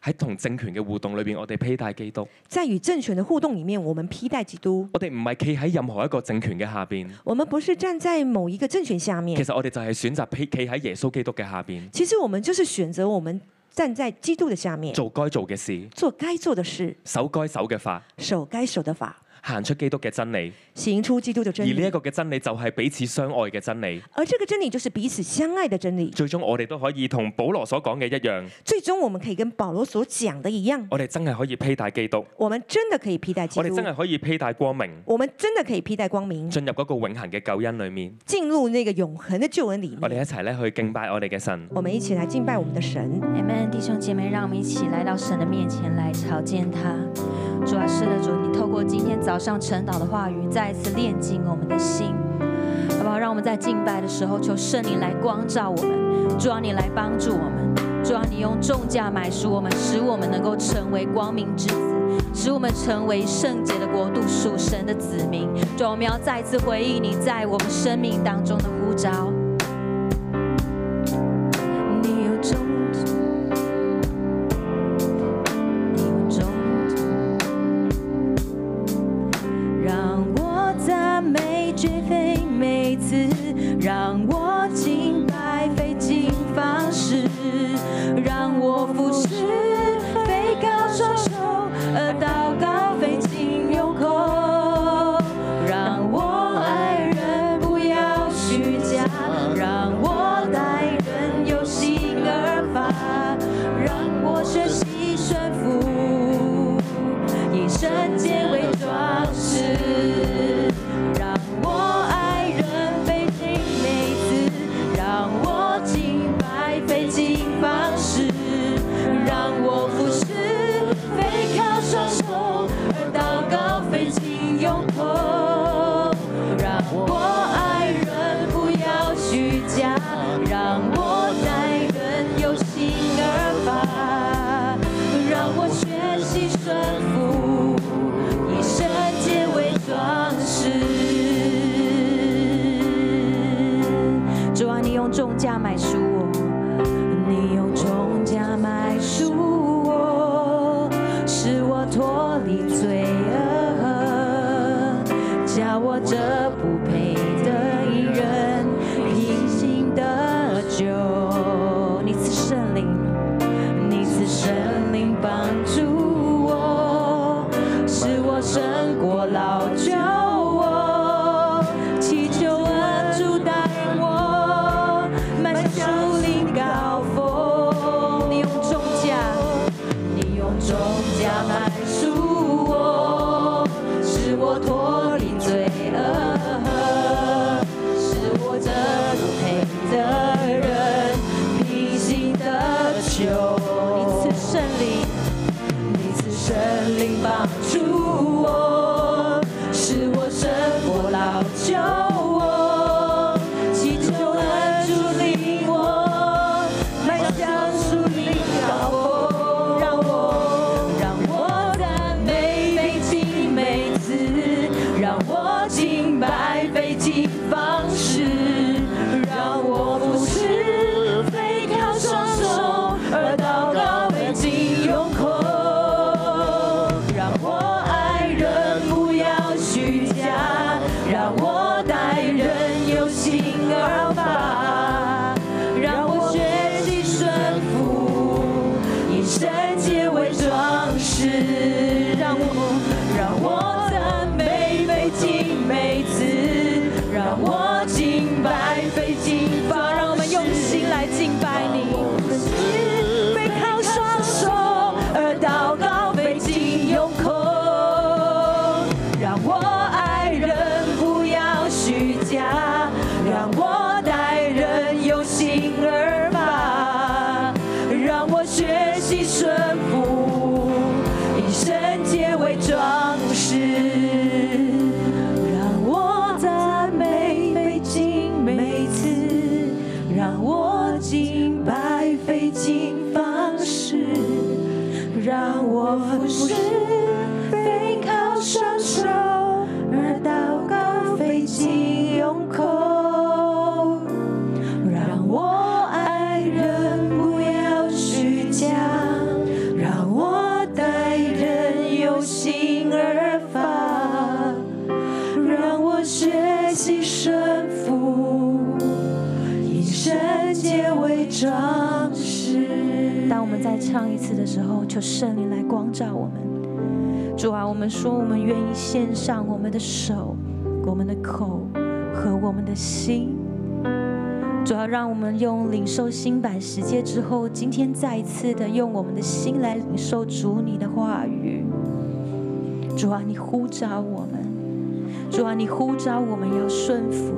[SPEAKER 2] 喺同政權嘅互動裏邊，我哋披戴基督。
[SPEAKER 3] 在与政權的互動里面，我们披戴基督，
[SPEAKER 2] 我哋唔係企喺任何一個政權嘅下邊，
[SPEAKER 3] 我们不是站在某一个政權下
[SPEAKER 2] 其
[SPEAKER 3] 面，
[SPEAKER 2] 實我哋就係選擇企企喺耶穌基督嘅下邊，
[SPEAKER 3] 其實我們就是選擇我們站在基督的下面，
[SPEAKER 2] 做該做嘅事，
[SPEAKER 3] 做該做的事，
[SPEAKER 2] 守該守嘅法，
[SPEAKER 3] 守該守的法，
[SPEAKER 2] 行出基督嘅真理。
[SPEAKER 3] 行出基督的
[SPEAKER 2] 而
[SPEAKER 3] 真
[SPEAKER 2] 呢一
[SPEAKER 3] 理。
[SPEAKER 2] 個嘅真理就係彼此相愛嘅真理。
[SPEAKER 3] 而这个真理就是彼此相愛的真理。
[SPEAKER 2] 最終我哋都可以同保羅所講嘅一樣，
[SPEAKER 3] 最終我們可以跟保羅所講的一樣，
[SPEAKER 2] 我哋真係可以披戴基督，
[SPEAKER 3] 我們真的可以披戴基
[SPEAKER 2] 我哋
[SPEAKER 3] 督
[SPEAKER 2] 真，係可以披戴光明，
[SPEAKER 3] 我們真的可以披戴光明，
[SPEAKER 2] 進入嗰個永恆嘅救恩裏面。
[SPEAKER 3] 進入那個永恆的救恩里
[SPEAKER 2] 我哋
[SPEAKER 3] 面。
[SPEAKER 2] 一齊咧去敬拜我哋嘅神。
[SPEAKER 3] 我们一起来敬拜我们的神。
[SPEAKER 4] Amen，弟兄姐妹，让我们一起来到神的面前来朝见他。主啊，是的，主，你透过今天早上晨祷的话语，再一次炼净我们的心，好不好？让我们在敬拜的时候，求圣灵来光照我们，主啊，你来帮助我们，主啊，你用重价买赎我们，使我们能够成为光明之子。使我们成为圣洁的国度，属神的子民。主啊，我们要再次回应你在我们生命当中的呼召。你有种族你有种族，让我赞美绝非美词，让我敬拜非敬方式，让我服侍非高双手，而祷告非敬用口，让我爱人不要虚假，让我待人有心而发。让我学习顺服，以圣洁为装饰。让我爱人费尽美姿，让我敬拜费尽方式，让我服侍非靠双手，而祷告费尽用口。让我爱人不要虚假，让我待人有心而发，让我学习顺服，以圣洁为装饰。主啊，你用重价买赎我，你用重价买赎我，使我脱离罪恶。叫我这不配的一人平行得救。你赐圣灵，你赐圣灵帮助我，使我我胜过老旧我，祈求恩主带领我迈向树林高峰。你用重价，你用重价买赎我，使我脱离罪恶，使我这不配的人平行的求。你赐圣灵。你赐神灵帮助我，使我胜过老旧我，祈求恩主领我，迈向树林高峰，让我让我赞美每情每次，让我敬拜非尽方式，让我不是非靠双手而祷告为己用口。让我爱人不要虚假，让我待人有心而发，让我学习顺服，以圣洁为装饰，让我让我赞美每尽每次，让我敬拜非尽法，让我们用心来敬拜你。背靠双手，而祷告被尽用空。让我爱人不要虚假，让我待人有心而发，让我学习顺服，以圣洁为装饰。让我赞美费尽每次，让我敬拜费尽方式，让我服侍非靠双手，而祷告费尽用口，让我爱人不要虚假，让我待人有心而发。让我学习顺服，以圣洁为装饰。当我们再唱一次的时候，求圣灵来光照我们。主啊，我们说我们愿意献上我们的手、我们的口和我们的心。主要让我们用领受新版十诫之后，今天再一次的用我们的心来领受主你的话语。主啊，你呼召我们，主啊，你呼召我们要顺服，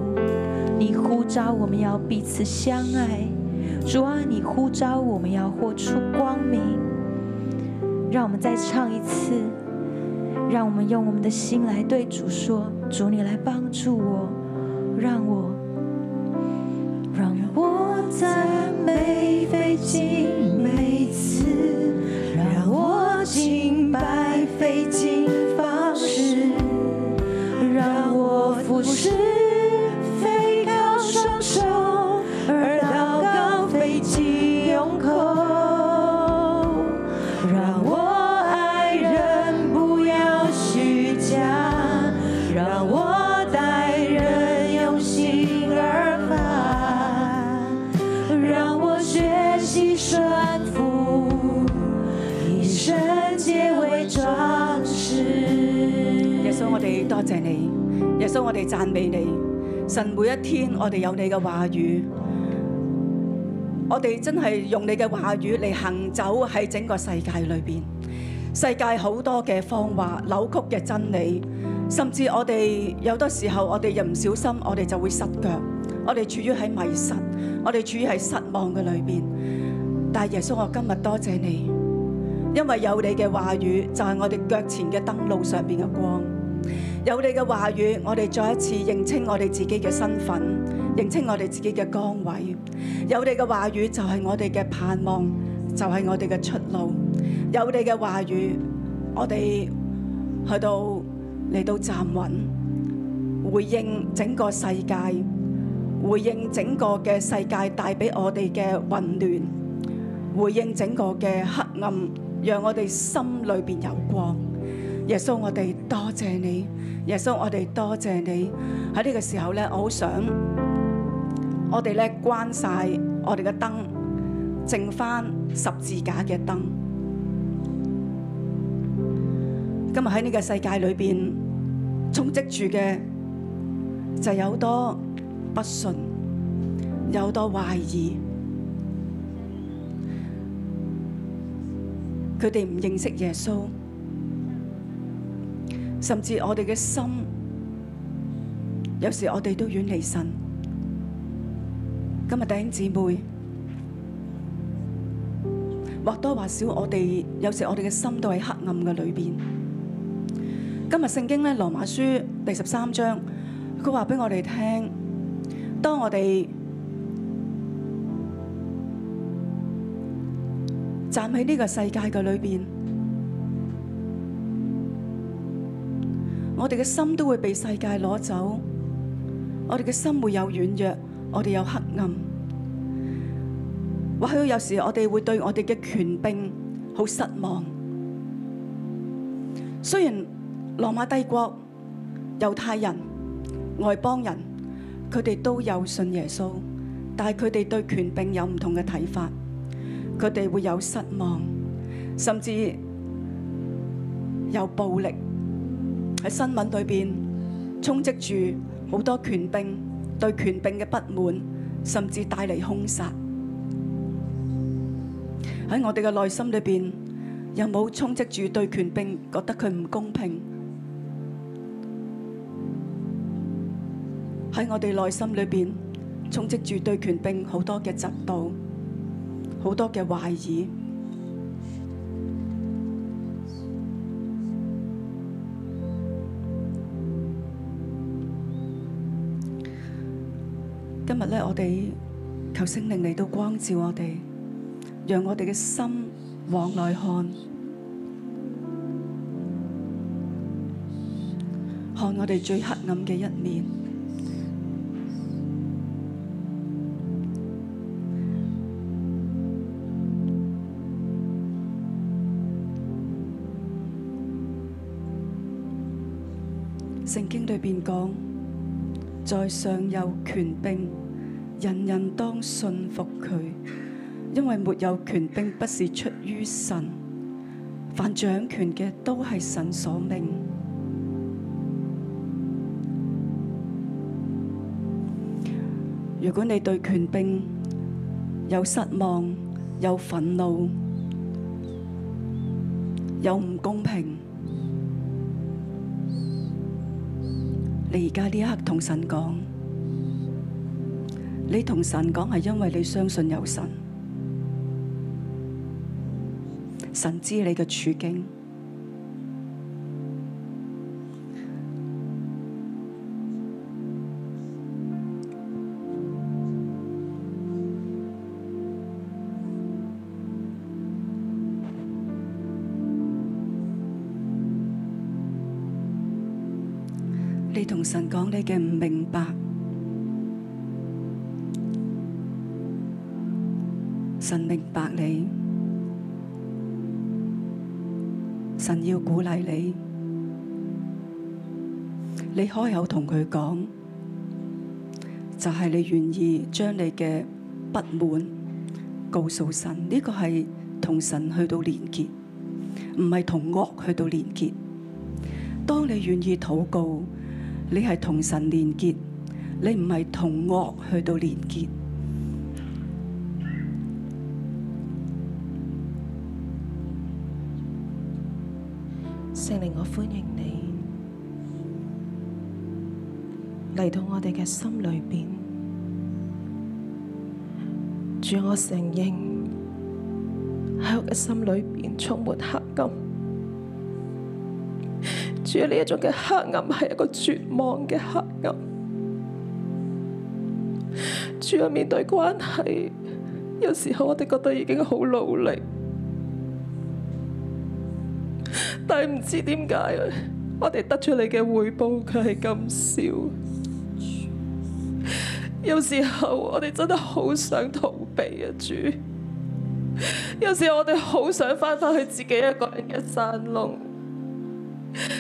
[SPEAKER 4] 你呼召我们要彼此相爱，主啊，你呼召我们要活出光明。让我们再唱一次，让我们用我们的心来对主说：“主，你来帮助我，让我，让我赞美费尽每次，让我敬拜费尽方式。”让我服侍，非靠双手，而祷告非尽用口。让我爱人不要虚假，让我待人用心而发，让我学习顺服，以圣洁为装饰。
[SPEAKER 5] 耶穌，我哋多謝你，耶穌，我哋讚美你。神每一天，我哋有你嘅話語，我哋真係用你嘅話語嚟行走喺整個世界裏邊。世界好多嘅謊話、扭曲嘅真理，甚至我哋有多時候，我哋又唔小心，我哋就會失腳，我哋處於喺迷失，我哋處於喺失望嘅裏邊。但係耶穌，我今日多謝你，因為有你嘅話語就係我哋腳前嘅燈路上邊嘅光。有你嘅話語，我哋再一次認清我哋自己嘅身份，認清我哋自己嘅崗位。有你嘅話語就係我哋嘅盼望，就係、我哋嘅出路。有你嘅話語，我哋去到嚟到站穩，回應整個世界，回應整個嘅世界帶俾我哋嘅混亂，回應整個嘅黑暗，讓我哋心裏邊有光。耶穌，我哋多謝你。耶穌，我哋多謝你。喺呢個時候咧，我好想我哋咧關晒我哋嘅燈，剩翻十字架嘅燈。今日喺呢個世界裏邊充斥住嘅就有好多不信，有好多懷疑，佢哋唔認識耶穌，甚至我哋嘅心，有時我哋都遠離神。今日弟兄姊妹。或多或少我哋有時我哋嘅心都喺黑暗嘅裏邊。今日聖經咧羅馬書第十三章，佢話俾我哋聽，當我哋站喺呢個世界嘅裏邊，我哋嘅心都會被世界攞走，我哋嘅心會有軟弱，我哋有黑暗。或許有時我哋會對我哋嘅權柄好失望。雖然羅馬帝國、猶太人、外邦人，佢哋都有信耶穌，但係佢哋對權柄有唔同嘅睇法，佢哋會有失望，甚至有暴力。喺新聞裏邊充斥住好多權柄對權柄嘅不滿，甚至帶嚟兇殺。喺我哋嘅內心裏邊，有冇充斥住對權柄，覺得佢唔公平？喺我哋內心裏邊，充斥住對權柄好多嘅嫉妒，好多嘅懷疑。今日咧，我哋求聖靈嚟到光照我哋。讓我哋嘅心往內看，看我哋最黑暗嘅一面。聖經裏邊講，在上有權柄，人人當信服佢。因為沒有權柄不是出於神，凡掌權嘅都係神所命。如果你對權柄有失望、有憤怒、有唔公平，你而家呢一刻同神講，你同神講係因為你相信有神。神知你嘅處境，你同神講你嘅唔明白，神明白你。神要鼓勵你，你開口同佢講，就係、你願意將你嘅不滿告訴神，呢、個係同神去到連結，唔係同惡去到連結。當你願意禱告，你係同神連結，你唔係同惡去到連結。
[SPEAKER 6] 聖靈，我歡迎你嚟到我哋嘅心裏邊。主，我承認喺我嘅心裏邊充滿黑暗。主，呢一種嘅黑暗係一個絕望嘅黑暗。主啊，面對關係，有時候我哋覺得已經好努力。但係唔知點解，我哋得出嚟嘅回報佢係咁少。有時候我哋真係好想逃避啊，主。有時候我哋好想翻返去自己一個人嘅山窿。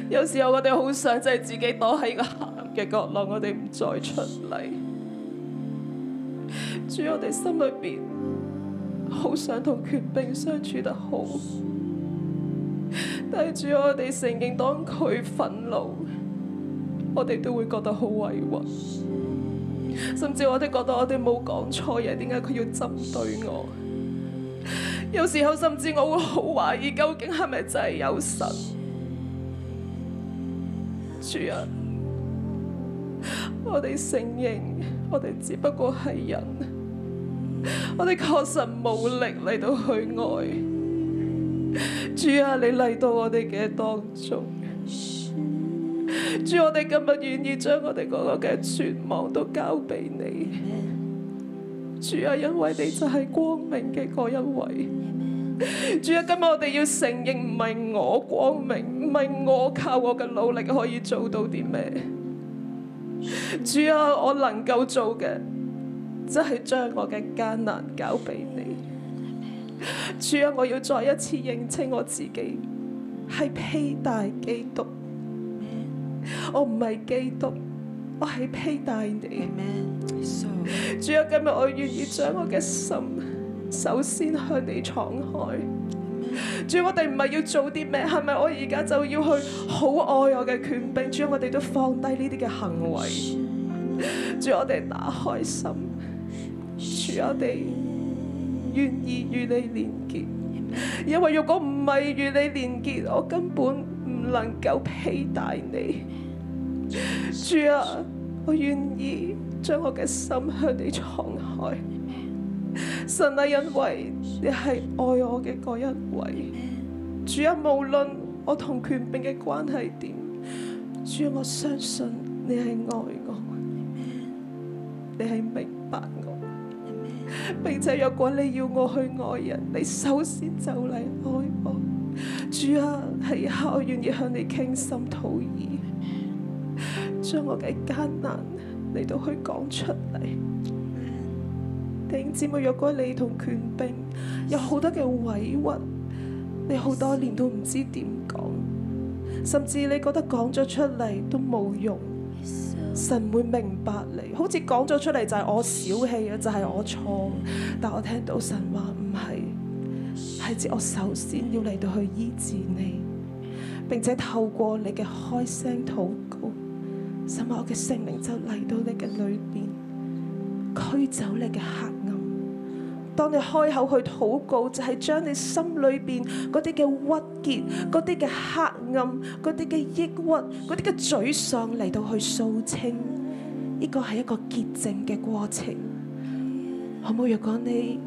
[SPEAKER 6] 有時候我哋好想就係自己躲喺個黑暗嘅角落，我哋唔再出嚟。主，我哋心裏邊好想同權柄相處得好。但係主，我哋承認當佢憤怒，我哋都會覺得好委屈，甚至我哋覺得我哋冇講錯嘢，點解佢要針對我？有時候甚至我會好懷疑，究竟係咪真係有神？主啊，我哋承認，我哋只不過係人，我哋確實冇力嚟到去愛。主啊，你嚟到我哋嘅當中，主，我哋今日願意將我哋嗰個嘅絕望都交俾你。主啊，因為你就係光明嘅嗰一位。主啊，今日我哋要承認唔係我光明，唔係我靠我嘅努力可以做到啲咩。主啊，我能夠做嘅，就係將我嘅艱難交俾你。主啊，我要再一次認清我自己係披戴基督，我唔係基督，我係披戴你。主啊，今日我願意將我嘅心首先向你敞開。主，啊我哋唔係要做啲咩，係咪我而家就要去好愛我嘅權柄？主，啊我哋都放低呢啲嘅行為。主，啊我哋打開心。主，啊我哋。願意與你連結，因為如果唔係與你連結，我根本唔能夠披戴你。主啊，我願意將我嘅心向你敞開。神啊，因為你係愛我嘅嗰一位。主啊，無論我同權柄嘅關係點，主啊，我相信你係愛我，你係明白我。並且若果你要我去愛人，你首先就嚟愛我。主啊，係啊，我願意向你傾心吐意，將我嘅艱難嚟到去講出嚟。弟兄姊妹，若果你同權柄有好多嘅委屈，你好多年都唔知點講，甚至你覺得講咗出嚟都冇用。神會明白你，好似講咗出嚟就係我小氣啊，就係、我錯。但我聽到神話唔係，係指我首先要嚟到去醫治你，並且透過你嘅開聲禱告，神話我嘅聖靈就嚟到你嘅裏邊，驅走你嘅黑暗。當你開口去禱告，就係、將你心裏邊嗰啲嘅鬱結、嗰啲嘅黑暗、嗰啲嘅抑鬱、嗰啲嘅沮喪嚟到去掃清。呢個係一個潔淨嘅過程。好冇？若果你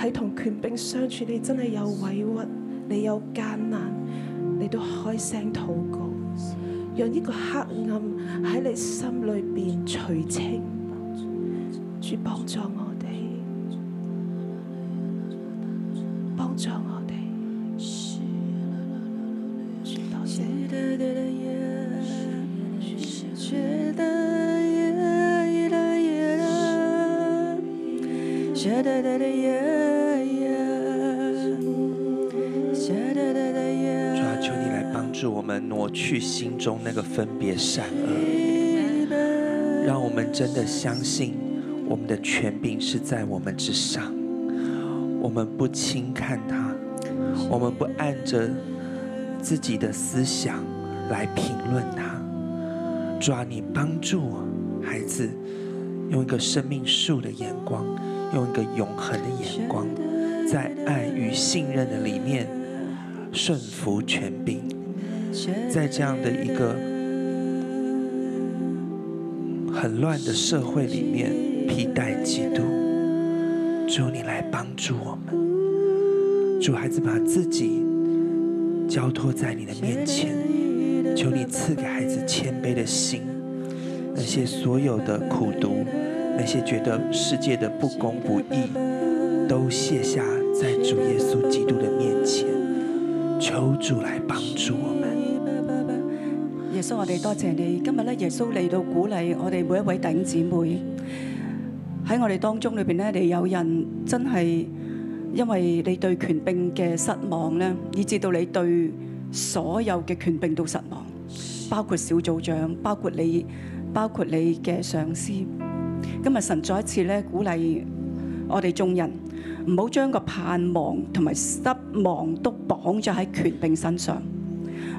[SPEAKER 6] 喺同權柄相處，你真係有委屈，你有艱難，你都開聲禱告，讓呢個黑暗喺你心裏邊除清。主幫助我哋。幫助我哋。主多謝你。
[SPEAKER 7] 主啊，求你来帮助我们挪去心中那个分别善恶，让我们真的相信我们的权柄是在我们之上，我们不轻看它，我们不按着自己的思想来评论它。主啊，你帮助我孩子，用一个生命树的眼光，用一个永恒的眼光，在爱与信任的里面顺服权柄，在这样的一个很乱的社会里面披戴基督。主，你来帮助我们。主，孩子把自己交托在你的面前，求你赐给孩子谦卑的心。那些所有的苦毒，那些觉得世界的不公不义，都卸下在主耶稣基督的面前。求主来帮助我们。
[SPEAKER 5] 耶穌，我哋多謝你。今日咧，耶穌嚟到鼓勵我哋每一位弟兄姊妹。喺我哋當中裏邊咧，你有人真係因為你對權柄嘅失望咧，以至到你對所有嘅權柄都失望，包括小組長，包括你，包括你嘅上司。今日神再一次咧鼓勵我哋眾人，唔好將個盼望同埋失望都綁咗喺權柄身上，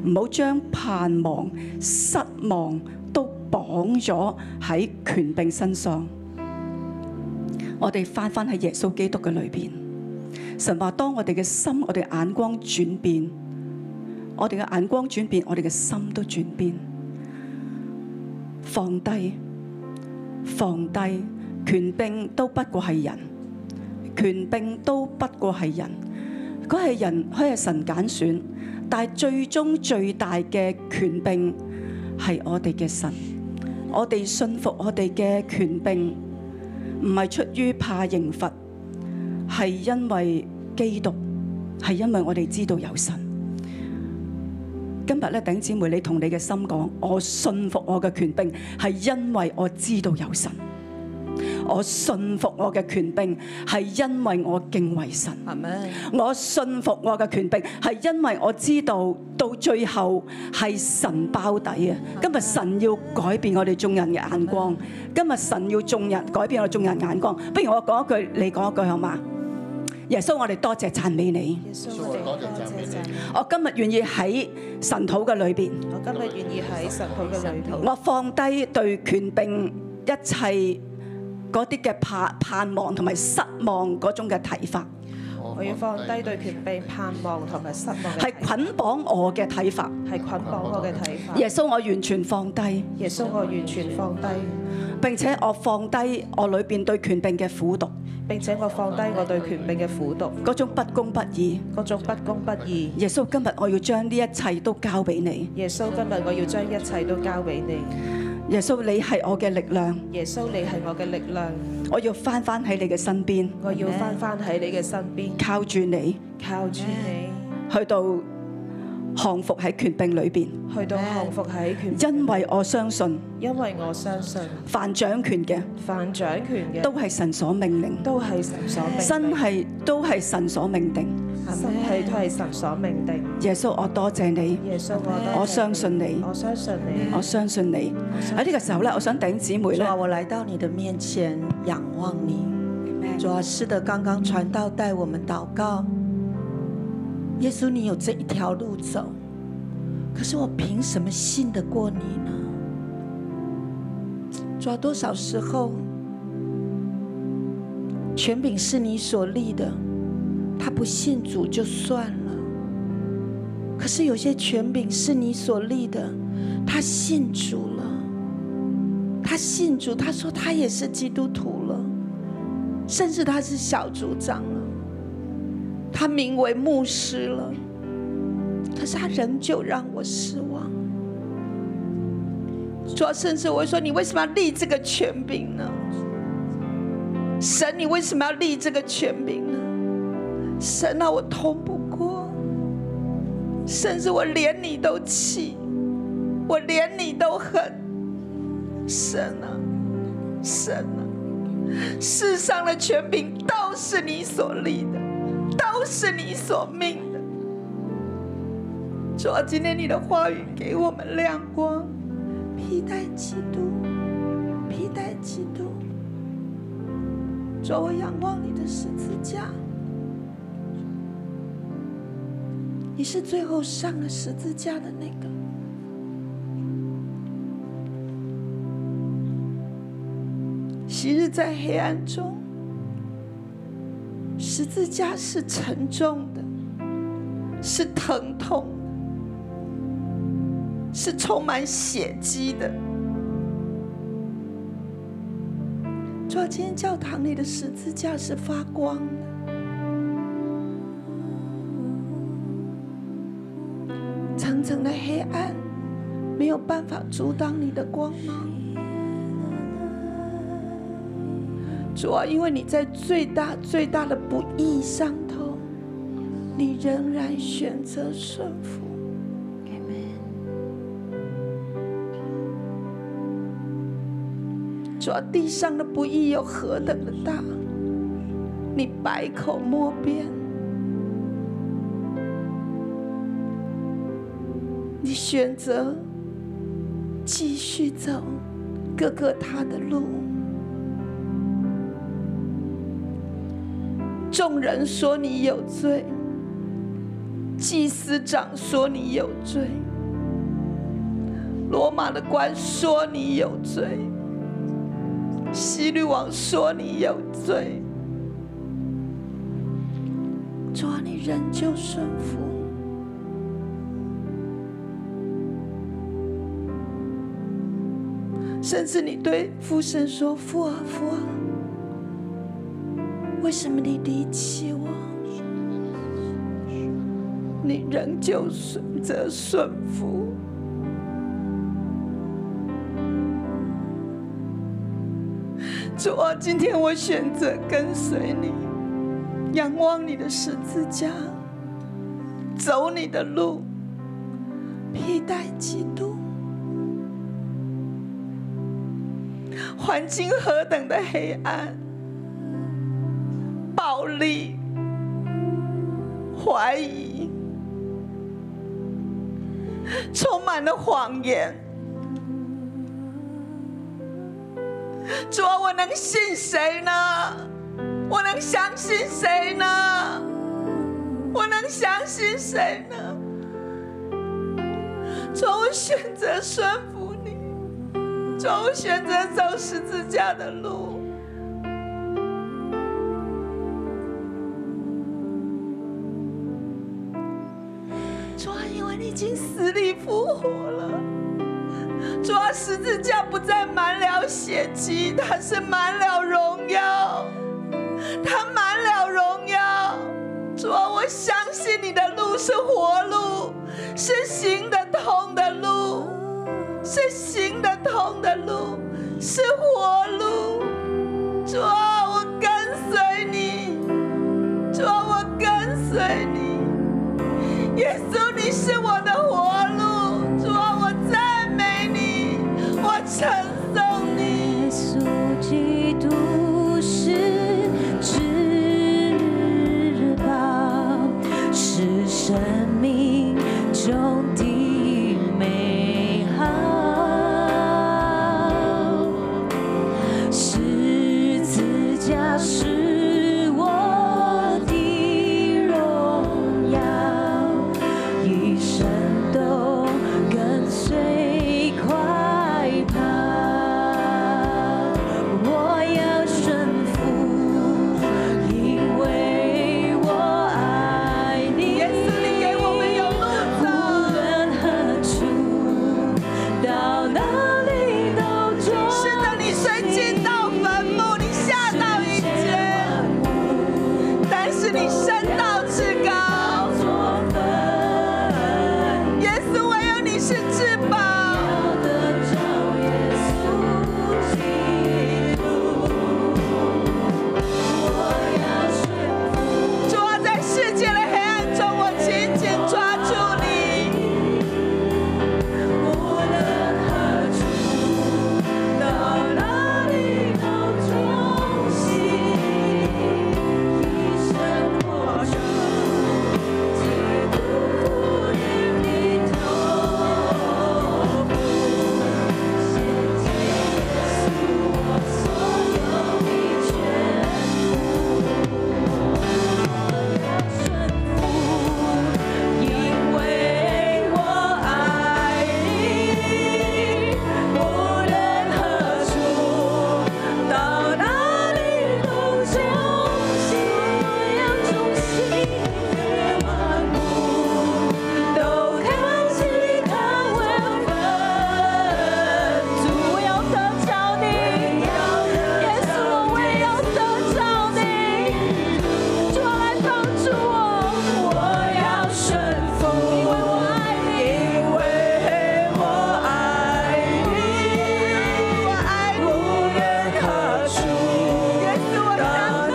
[SPEAKER 5] 唔好將盼望、失望都綁咗喺權柄身上。我哋翻翻喺耶穌基督嘅裏邊，神話當我哋嘅心、我哋眼光轉變，我哋嘅眼光轉變，我哋嘅心都轉變，放低。放低權柄都不過係人，權柄都不過係人。佢係人，佢係神揀選，但係最終最大嘅權柄係我哋嘅神。我哋信服我哋嘅權柄，唔係出於怕刑罰，係因為基督，係因為我哋知道有神。今日咧，頂姊妹，你同你嘅心講，我信服我嘅權柄，係因為我知道有神。我信服我嘅權柄，係因為我敬畏神。我信服我嘅權柄，係因為我知道到最後係神包底啊！今日神要改變我哋眾人嘅眼光，今日神要眾人改變我哋眾人眼光。不如我講一句，你講一句好嘛？耶穌，我哋多謝讚美你。我今日願意喺神土嘅裏邊，
[SPEAKER 8] 我今日願意喺神土嘅裏頭，
[SPEAKER 5] 我放低對權柄一切嗰啲嘅盼盼望同埋失望嗰種嘅睇法，
[SPEAKER 8] 我要放低對權柄盼望同埋失望
[SPEAKER 5] 係
[SPEAKER 8] 嘅睇
[SPEAKER 5] 捆綁我嘅睇法。
[SPEAKER 8] 係捆綁我嘅睇法。
[SPEAKER 5] 耶穌，我完全放低，
[SPEAKER 8] 耶穌，我完全放低，
[SPEAKER 5] 並且我放低我裏邊對權柄嘅苦毒，
[SPEAKER 8] 並且我放低我對權柄嘅苦毒，
[SPEAKER 5] 嗰種不公不義。
[SPEAKER 8] 嗰種不公不義。
[SPEAKER 5] 耶穌，今日我要將呢一切都交俾你。
[SPEAKER 8] 耶穌，今日我要將一切都交俾你。
[SPEAKER 5] 耶穌，你係我嘅力量，
[SPEAKER 8] 耶穌，你係我嘅力量，
[SPEAKER 5] 我要翻翻喺你嘅身邊，
[SPEAKER 8] 我要翻翻喺你嘅身邊，
[SPEAKER 5] 靠住你
[SPEAKER 8] 靠住你，
[SPEAKER 5] 去到降服喺權柄裏邊，
[SPEAKER 8] 去到降服喺權柄，
[SPEAKER 5] 因為我相信。
[SPEAKER 8] 因為我相信
[SPEAKER 5] 凡掌權嘅
[SPEAKER 8] 犯掌權嘅
[SPEAKER 5] 都係神所命令，
[SPEAKER 8] 都係神所命定，
[SPEAKER 5] 身係都係神所命定。
[SPEAKER 8] 身體都係神所命定。
[SPEAKER 5] 耶穌，我多謝你，
[SPEAKER 8] 耶穌，我多謝
[SPEAKER 5] 我相信你
[SPEAKER 8] 我相信你。
[SPEAKER 5] 我相信你。喺呢個時候咧，我想頂姊妹
[SPEAKER 9] 主
[SPEAKER 5] 咧
[SPEAKER 9] 啊，，我来到你的面前，仰望你。主啊，是的，刚刚传道带我们祷告。耶稣，你有这一条路走，可是我凭什么信得过你呢？主啊，多少时候，权柄是你所立的，他不信主就算了。可是有些权柄是你所立的，他信主了。他信主，他说他也是基督徒了，甚至他是小组长了，他名为牧师了，可是他仍旧让我失望。主要甚至我会说，你为什么要立这个权柄呢？神，你为什么要立这个权柄呢？神啊，我通不过，甚至我连你都气，我连你都恨。神啊，神啊，世上的权柄都是你所立的，都是你所命的。主啊，今天你的话语给我们亮光，披戴基督，披戴基督。主啊，我仰望你的十字架，你是最后上了十字架的那个。昔日在黑暗中，十字架是沉重的，是疼痛的，是充满血迹的。主啊，今天教堂里的十字架是发光的，层层的黑暗没有办法阻挡你的光芒。主啊，因为你在最大最大的不易上头，你仍然选择顺服。主啊，地上的不易有何等的大，你百口莫辩。你选择继续走哥哥他的路。
[SPEAKER 10] 众人说你有罪，祭司长说你有罪，罗马的官说你有罪，希律王说你有罪。主啊，你仍旧顺服。甚至你对父神说：“父啊，父啊，为什么你离弃我？”你仍旧选择顺服。主啊，今天我选择跟随你，仰望你的十字架，走你的路，披戴基督。环境何等的黑暗、暴力、怀疑，充满了谎言。主啊，我能信谁呢？我能相信谁呢？我能相信谁呢？主啊，我选择顺服你。主啊，我选择走十字架的路。主啊，因为你已经死里复活了。主啊，十字架不再满了血迹，它是满了荣耀，它满了荣耀。主啊，我相信你的路是活路，是行得通的路。是行得通的路，是活路。主啊，我跟随你，主啊，我跟随你。耶稣，你是我的活路，主啊，我赞美你，我称颂你。
[SPEAKER 11] 耶稣基督是至宝，是生命中的美好。十字架是我的荣耀，一生都跟随快跑。我要顺服，因为我爱你。
[SPEAKER 10] 耶稣，你给我们有路
[SPEAKER 11] 无
[SPEAKER 10] 走。
[SPEAKER 11] 论何处，到哪里都忠
[SPEAKER 10] 是的，你虽进到坟墓，你下到一切，但是你升到至高。
[SPEAKER 11] 作分。
[SPEAKER 10] 耶稣，唯有你是至宝。
[SPEAKER 11] 要得着耶稣基督，我要顺服。
[SPEAKER 10] 主啊，在世界的黑暗中，我紧紧抓住你。
[SPEAKER 11] 无论何处，到哪里都忠心，一生活出基督徒与你同步。献给耶稣我所有的全部，我要顺服，因为我爱你，无论何处，到哪里都忠心，我要忠心于万物，都靠近他万分，主要得着你，耶稣我要得着你。主来帮助我，我要顺服，因为我爱你，因为我爱你，我爱无论何处，到哪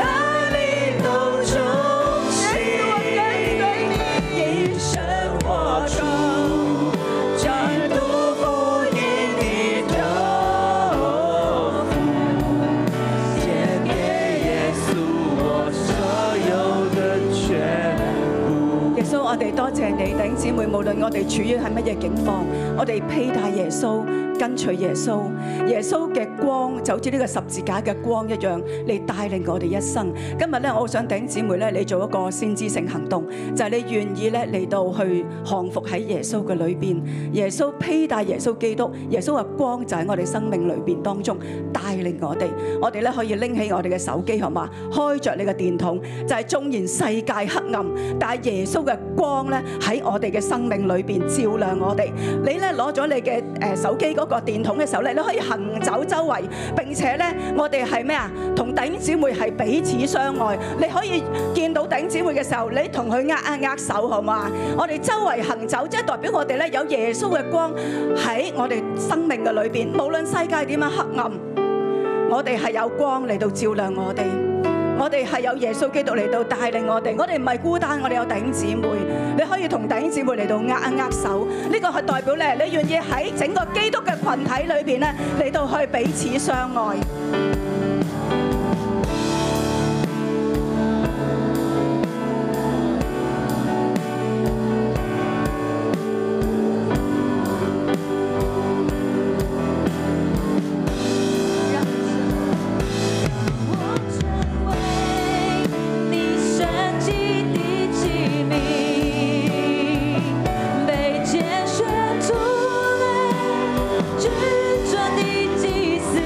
[SPEAKER 11] 里都忠心，一生活出真督福音的托付。献给耶稣，我所有的全部。
[SPEAKER 5] 耶穌，我哋多謝你，弟兄姊妹，無論我哋處於係乜嘢境況，我哋披戴耶穌，跟隨耶穌，耶穌嘅光就好似呢個十字架嘅光一樣，嚟帶領我哋一生。今日咧，我好想頂姊妹咧，你做一個先知性行動，就係、你願意咧嚟到去降服喺耶穌嘅裏邊，耶穌披戴耶穌基督，耶穌嘅光就喺我哋生命裏邊當中帶領我哋。我哋咧可以拎起我哋嘅手機，好嘛？開着你嘅電筒，就係、縱然世界黑暗，但係耶穌嘅光咧喺我哋嘅生命裏邊照亮我哋。你咧攞咗你嘅誒手機嗰個電筒嘅時候咧，你可以行走周圍，並且咧我哋係咩啊？同弟兄姊妹係彼此相愛。你可以見到弟兄姊妹嘅時候，你同佢握一握手，好嘛？我哋周圍行走，即係代表我哋咧有耶穌嘅光喺我哋生命嘅裏邊，無論世界點樣黑暗。我哋係有光嚟到照亮我哋，我哋係有耶穌基督嚟到帶領我哋，我哋唔係孤單，我哋有弟兄姊妹，你可以同弟兄姊妹嚟到握一握手，呢、個係代表咧，你願意喺整個基督嘅群體裏邊咧嚟到去彼此相愛。
[SPEAKER 4] 我成为你神迹的器皿，被拣选出来，至尊的祭司，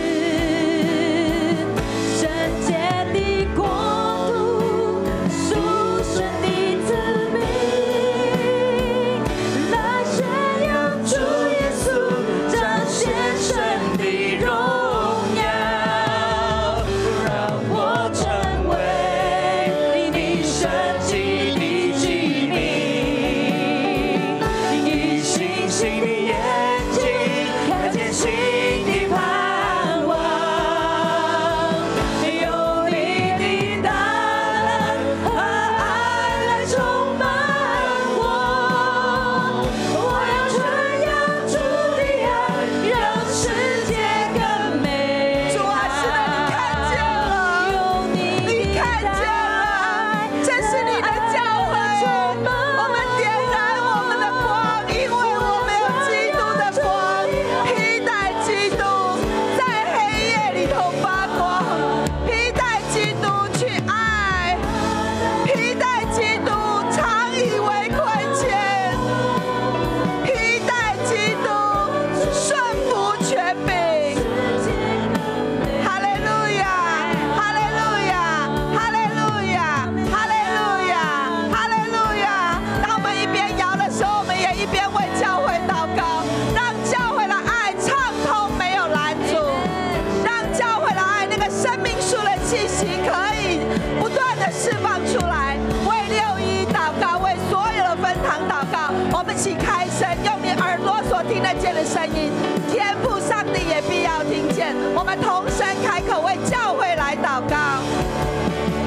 [SPEAKER 4] 圣洁的国度，属神的子民，来宣扬主耶稣彰显神的荣耀。让我成为你神迹的器皿，以星星的眼睛看见新的盼望，用你的大能和爱来充满我，我要传扬主的爱，让世界更美。
[SPEAKER 9] 主啊，是的，你看见了，你看见了，这是你的教诲。我们点燃我们的光，因为我们有基督的光，披戴基督，在黑夜里头发光，披戴基督去爱，披戴基督常以为亏欠，披戴基督顺服权柄。哈利路亚，哈利路亚，哈利路亚，哈利路亚，哈利路亚。当我们一边摇的时候，我们也一边为教会祷告，让教会的爱畅通，没有拦阻，让教会的爱那个生命树的气息可以不断的释放出来。为六一祷告，为所有的分堂祷告，我们一起开声，用你耳朵所听得见的声音，天赋上帝也必要听见。我们同声开口为教会来祷告。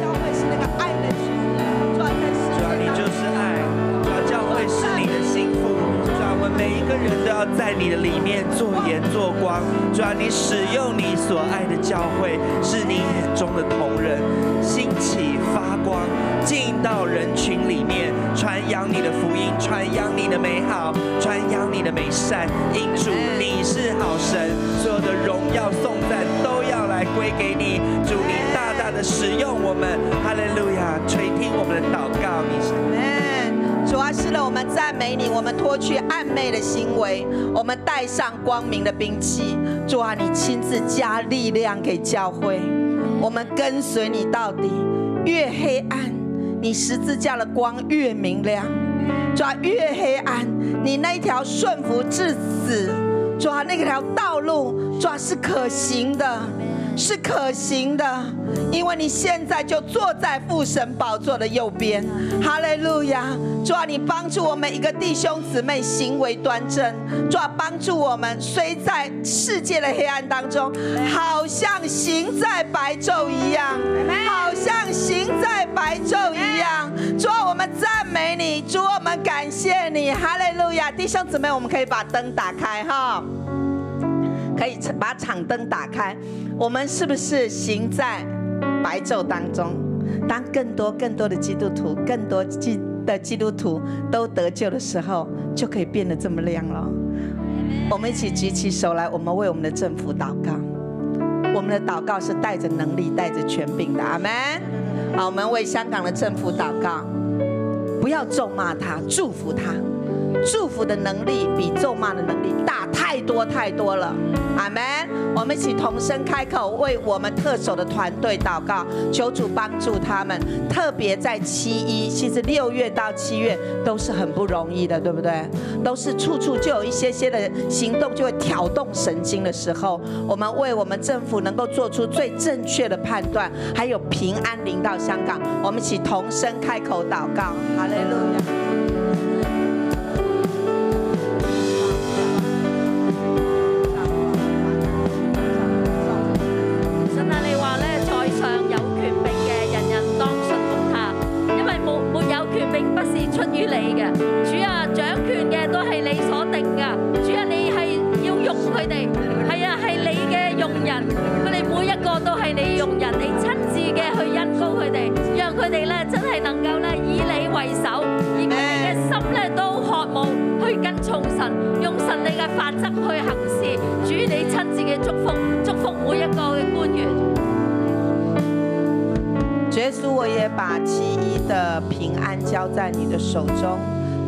[SPEAKER 9] 教会是那个爱的泉源，主啊在世界
[SPEAKER 7] 主啊，你
[SPEAKER 9] 当中
[SPEAKER 7] 就是爱，主啊，教会是你的心腹，主啊，我们每一个人都要在你的里面做盐做光，主啊，你使用你所爱的教会，是你眼中的同人，兴起发光，进到人群里面，传扬你的福音，传扬你的美好，传扬你的美善，因主你是好神，所有的荣耀颂赞都要来归给你，主你大大的使用我们，哈利路亚，垂听我们的祷告，你是。
[SPEAKER 9] Amen 主啊，是的，我们赞美你，我们脱去暧昧的行为，我们带上光明的兵器。主啊，你亲自加力量给教会，我们跟随你到底。越黑暗，你十字架的光越明亮。主啊，越黑暗，你那一条顺服至死，主啊，那条道路，主啊是可行的，是可行的，因为你现在就坐在父神宝座的右边。哈利路亚！主啊，你帮助我们一个弟兄姊妹行为端正，主啊，帮助我们虽在世界的黑暗当中，好像行在白昼一样，好像行在白昼一样。主啊，我们赞美你，主我们感谢你，哈利路亚！弟兄姊妹，我们可以把灯打开哈。可以把场灯打开。我们是不是行在白昼当中？当更多更多的基督徒，更多基的基督徒都得救的时候，就可以变得这么亮了。我们一起举起手来，我们为我们的政府祷告。我们的祷告是带着能力、带着权柄的，阿门。好，我们为香港的政府祷告，不要咒骂他，祝福他。祝福的能力比咒骂的能力大太多太多了，阿门。我们一起同声开口，为我们特首的团队祷告，求主帮助他们。特别在七一，其实六月到七月都是很不容易的，对不对？都是处处就有一些些的行动就会挑动神经的时候，我们为我们政府能够做出最正确的判断，还有平安临到香港。我们一起同声开口祷告，哈利路亚。
[SPEAKER 4] 神啊，你話咧，在上有權柄嘅人人當信服他，因為冇沒有權柄不是出於你嘅。主啊，掌權嘅都係你所定噶。主啊，你係要用佢哋，係啊，係你嘅用人，佢哋每一個都係你用人，你親自嘅去恩膏佢哋，讓佢哋咧真係能夠咧以你為首，而佢哋嘅心咧都渴望去跟從神，用神你嘅法則去行事。主，你親自嘅祝福，祝福每一個嘅官員。
[SPEAKER 9] 耶稣，我也把其一的平安交在你的手中。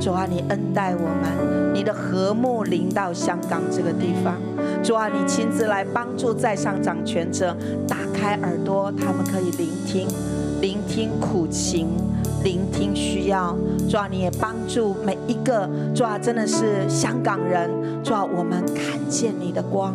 [SPEAKER 9] 主啊，你恩待我们，你的和睦临到香港这个地方。主啊，你亲自来帮助在上掌权者，打开耳朵，他们可以聆听，聆听苦情，聆听需要。主啊，你也帮助每一个主啊，真的是香港人。主啊，我们看见你的光。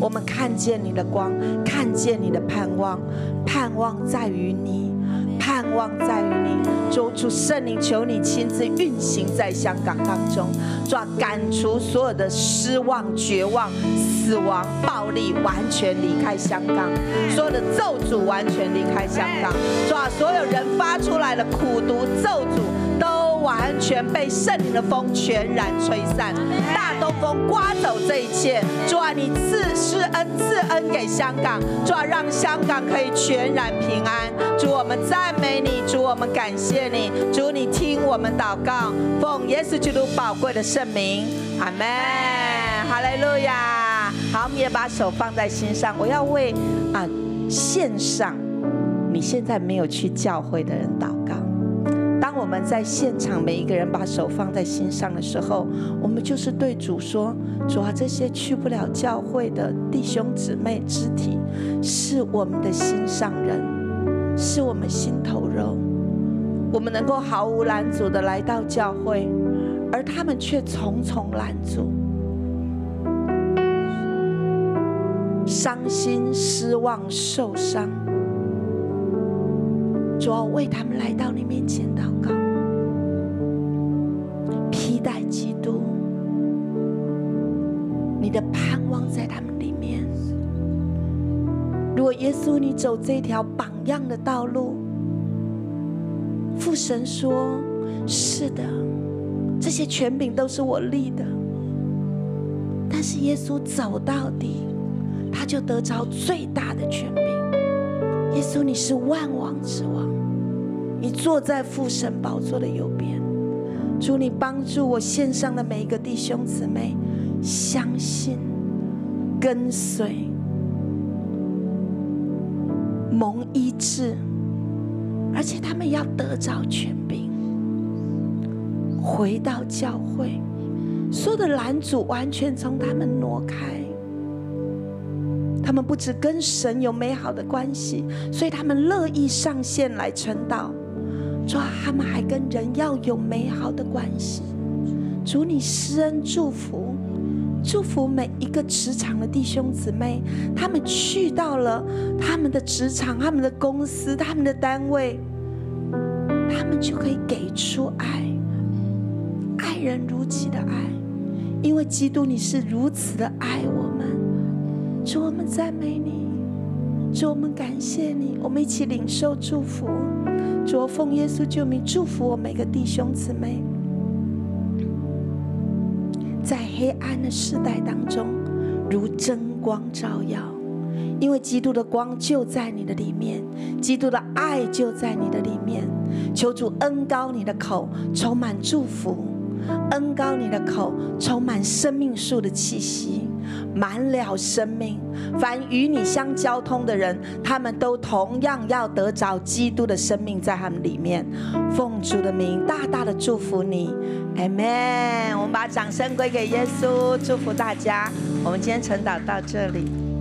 [SPEAKER 9] 我们看见你的光，看见你的盼望，盼望在于你，盼望在于你。主主圣灵，求你亲自运行在香港当中，主啊赶除所有的失望、绝望、死亡、暴力，完全离开香港；所有的咒诅完全离开香港；主啊，所有人发出来的苦毒、咒诅都。完全被圣灵的风全然吹散，大东风刮走这一切。主啊，你赐施恩赐恩给香港，主啊，让香港可以全然平安。主，我们赞美你，主，我们感谢你，主，你听我们祷告，奉耶稣基督宝贵的圣名，阿门，哈利路亚。好，我们也把手放在心上，我要为啊线上你现在没有去教会的人祷告。当我们在现场每一个人把手放在心上的时候，我们就是对主说：“主啊，这些去不了教会的弟兄姊妹肢体，是我们的心上人，是我们心头肉。我们能够毫无拦阻的来到教会，而他们却重重拦阻，伤心、失望、受伤。”主要为他们来到你面前祷告，披戴基督，你的盼望在他们里面。如果耶稣你走这条榜样的道路，父神说：“是的，这些权柄都是我立的。”但是耶稣走到底，他就得着最大的权柄。耶稣，你是万王之王，你坐在父神宝座的右边。主，你帮助我线上的每一个弟兄姊妹，相信、跟随、蒙医治，而且他们要得着权柄，回到教会，所有的拦阻完全从他们挪开。他们不只跟神有美好的关系，所以他们乐意上线来传道。主啊，他们还跟人要有美好的关系。主，你施恩祝福，祝福每一个职场的弟兄姊妹，他们去到了他们的职场、他们的公司、他们的单位，他们就可以给出爱，爱人如己的爱，因为基督你是如此的爱我们。主，我们赞美你，主，我们感谢你，我们一起领受祝福。主，我奉耶稣救名祝福我每个弟兄姊妹，在黑暗的世代当中，如真光照耀，因为基督的光就在你的里面，基督的爱就在你的里面。求主恩高你的口，充满祝福；恩高你的口，充满生命树的气息，满了生命。凡与你相交通的人，他们都同样要得着基督的生命在他们里面。奉主的名，大大的祝福你，Amen。我们把掌声归给耶稣，祝福大家。我们今天晨祷到这里。